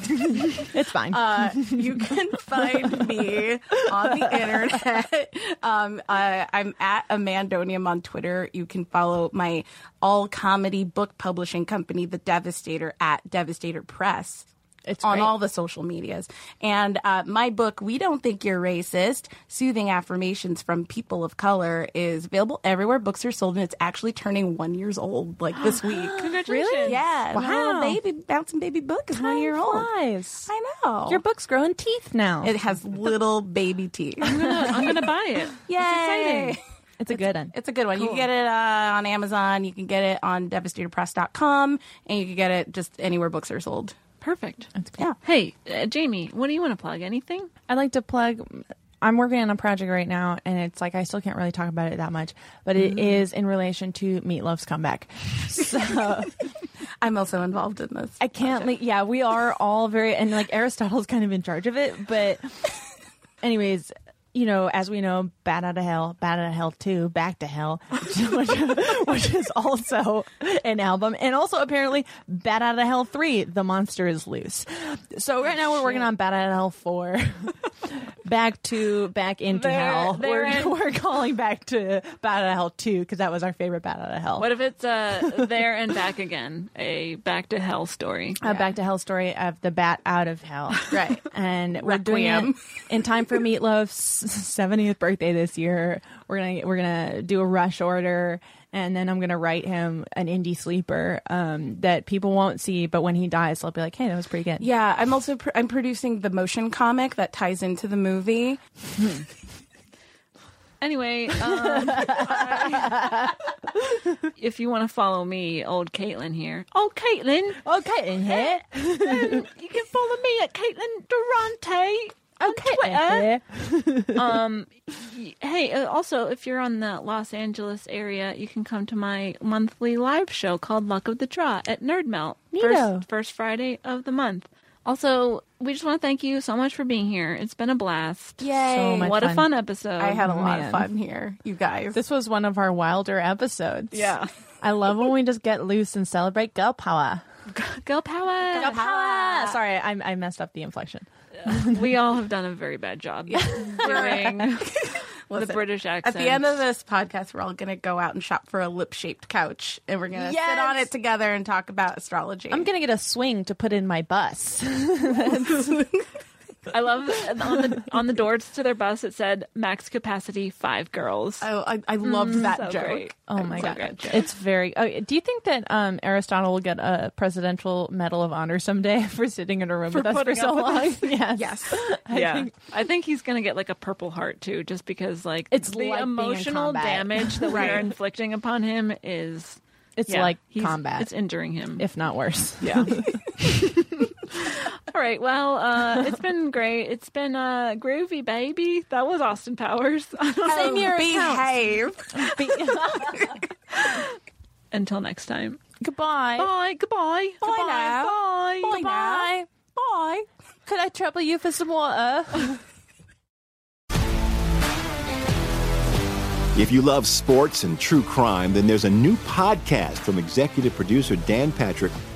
[SPEAKER 5] it's fine.
[SPEAKER 6] Uh, you
[SPEAKER 5] [LAUGHS]
[SPEAKER 6] can find me on the internet. Um, uh, I'm at Amandonium on Twitter. You can follow my all comedy book publishing company, The Devastator, at Devastator Press.
[SPEAKER 5] It's
[SPEAKER 6] on
[SPEAKER 5] great.
[SPEAKER 6] all the social medias. And uh, my book, We Don't Think You're Racist Soothing Affirmations from People of Color, is available everywhere books are sold. And it's actually turning one years old like this week.
[SPEAKER 5] [GASPS]
[SPEAKER 4] Congratulations.
[SPEAKER 6] Yeah. my little
[SPEAKER 5] Wow.
[SPEAKER 6] baby, Bouncing Baby Book is one
[SPEAKER 5] Time
[SPEAKER 6] year old.
[SPEAKER 5] flies.
[SPEAKER 6] I know.
[SPEAKER 5] Your book's growing teeth now.
[SPEAKER 6] It has little baby teeth.
[SPEAKER 4] I'm gonna, I'm gonna buy it.
[SPEAKER 6] Yay!
[SPEAKER 5] it's a good one.
[SPEAKER 6] It's a good one. You can get it uh, on Amazon. You can get it on devastatorpress.com. And you can get it just anywhere books are sold.
[SPEAKER 4] [LAUGHS] Perfect.
[SPEAKER 6] Yeah.
[SPEAKER 4] [LAUGHS] Hey, uh, Jamie, what do you want to plug? Anything?
[SPEAKER 5] I'd like to plug. I'm working on a project right now, and it's like I still can't really talk about it that much, but
[SPEAKER 6] Mm.
[SPEAKER 5] it is in relation to Meatloaf's comeback. [LAUGHS] So
[SPEAKER 6] I'm also involved in this.
[SPEAKER 5] I can't. Like, yeah, we are all very and like Aristotle's kind of in charge of it,
[SPEAKER 4] [LAUGHS]
[SPEAKER 5] but anyways. You know, as we know, bad out of hell, bad out of hell two, back to hell, [LAUGHS] which, which is also an album, and also apparently bad out of hell three, the monster is loose. So right now we're working on bad out of hell four, [LAUGHS] back to back into
[SPEAKER 4] They're-
[SPEAKER 5] hell.
[SPEAKER 4] they're
[SPEAKER 5] we're,
[SPEAKER 4] in-
[SPEAKER 5] we're calling back to bad out of hell two because that was our favorite bad out of hell.
[SPEAKER 4] What if it's uh, there and back again, a back to hell story?
[SPEAKER 5] a back to hell story of the bat out of hell.
[SPEAKER 6] Right.
[SPEAKER 5] And we're doing it
[SPEAKER 6] Requiem.
[SPEAKER 5] in time for Meatloaf's 70th birthday this year. We're going to we're going to do a rush order and then I'm going to write him an indie sleeper um, that people won't see but when he dies they'll be like, "Hey, that was pretty good."
[SPEAKER 6] Yeah, I'm also pr- I'm producing the motion comic that ties into the movie.
[SPEAKER 4] Anyway, um,
[SPEAKER 6] [LAUGHS]
[SPEAKER 4] I- if you want to follow me, old Caitlin here. Oh, Caitlin, Um,
[SPEAKER 5] Okay, in here.
[SPEAKER 4] you can follow me at Caitlin Durante
[SPEAKER 5] Okay.
[SPEAKER 4] Twitter. Hey, uh, also, if you're on the Los Angeles area, you can come to my monthly live show called Luck of the Draw at Nerd Melt.
[SPEAKER 5] Neato.
[SPEAKER 4] First, first Friday of the month. Also, we just want to thank you so much for being here. It's been a blast.
[SPEAKER 6] Yay.
[SPEAKER 5] So much
[SPEAKER 4] what a
[SPEAKER 5] fun.
[SPEAKER 4] fun episode.
[SPEAKER 6] I had a lot
[SPEAKER 5] man.
[SPEAKER 6] of fun here, you guys.
[SPEAKER 5] This was one of our wilder episodes.
[SPEAKER 4] Yeah.
[SPEAKER 5] I love when we just get loose and celebrate girl power.
[SPEAKER 4] Girl power.
[SPEAKER 5] Girl power. Sorry, I, I messed up the inflection.
[SPEAKER 4] we all have done a very bad job [LAUGHS] doing [LAUGHS] the British accent.
[SPEAKER 6] At the end of this podcast, we're all going to go out and shop for a lip shaped couch and we're going to sit on
[SPEAKER 5] Yes.
[SPEAKER 6] it together and talk about astrology.
[SPEAKER 5] I'm gonna get a swing to put in my bus.
[SPEAKER 4] I love on the on the doors to their bus. It said max capacity five girls.
[SPEAKER 6] [LAUGHS] Oh, I, I loved that
[SPEAKER 4] so
[SPEAKER 6] joke.
[SPEAKER 4] great.
[SPEAKER 5] Oh my
[SPEAKER 6] That
[SPEAKER 5] god,
[SPEAKER 6] joke.
[SPEAKER 5] it's very. Oh, do you think that um, Aristotle will get a presidential medal of honor someday [LAUGHS] for sitting in a room with us for
[SPEAKER 4] putting
[SPEAKER 5] so
[SPEAKER 4] up with
[SPEAKER 5] long? [LAUGHS] Yes.
[SPEAKER 6] Yes.
[SPEAKER 4] [LAUGHS]
[SPEAKER 5] I
[SPEAKER 4] yeah,
[SPEAKER 5] think-
[SPEAKER 4] I think he's gonna get like a purple heart too, just because like
[SPEAKER 5] It's
[SPEAKER 4] the
[SPEAKER 5] like being in
[SPEAKER 4] emotional
[SPEAKER 5] combat.
[SPEAKER 4] damage that
[SPEAKER 5] [LAUGHS]
[SPEAKER 4] we're inflicting upon him is
[SPEAKER 5] It's
[SPEAKER 4] yeah,
[SPEAKER 5] like
[SPEAKER 4] he's-
[SPEAKER 5] combat,
[SPEAKER 4] It's injuring him.
[SPEAKER 5] if not worse. [LAUGHS]
[SPEAKER 4] yeah. All right. Well, uh, it's been great. It's been uh, groovy, baby. That was Austin Powers. [LAUGHS]
[SPEAKER 5] Same year it counts.
[SPEAKER 6] Behave.
[SPEAKER 4] Until next time.
[SPEAKER 5] [LAUGHS] Goodbye.
[SPEAKER 4] Bye. Goodbye. Bye goodbye.
[SPEAKER 6] now.
[SPEAKER 4] Bye.
[SPEAKER 5] Bye. Bye. Bye. Could I trouble you for some water?
[SPEAKER 4] [LAUGHS]
[SPEAKER 1] If you love sports and true crime, then there's a new podcast from executive producer Dan Patrick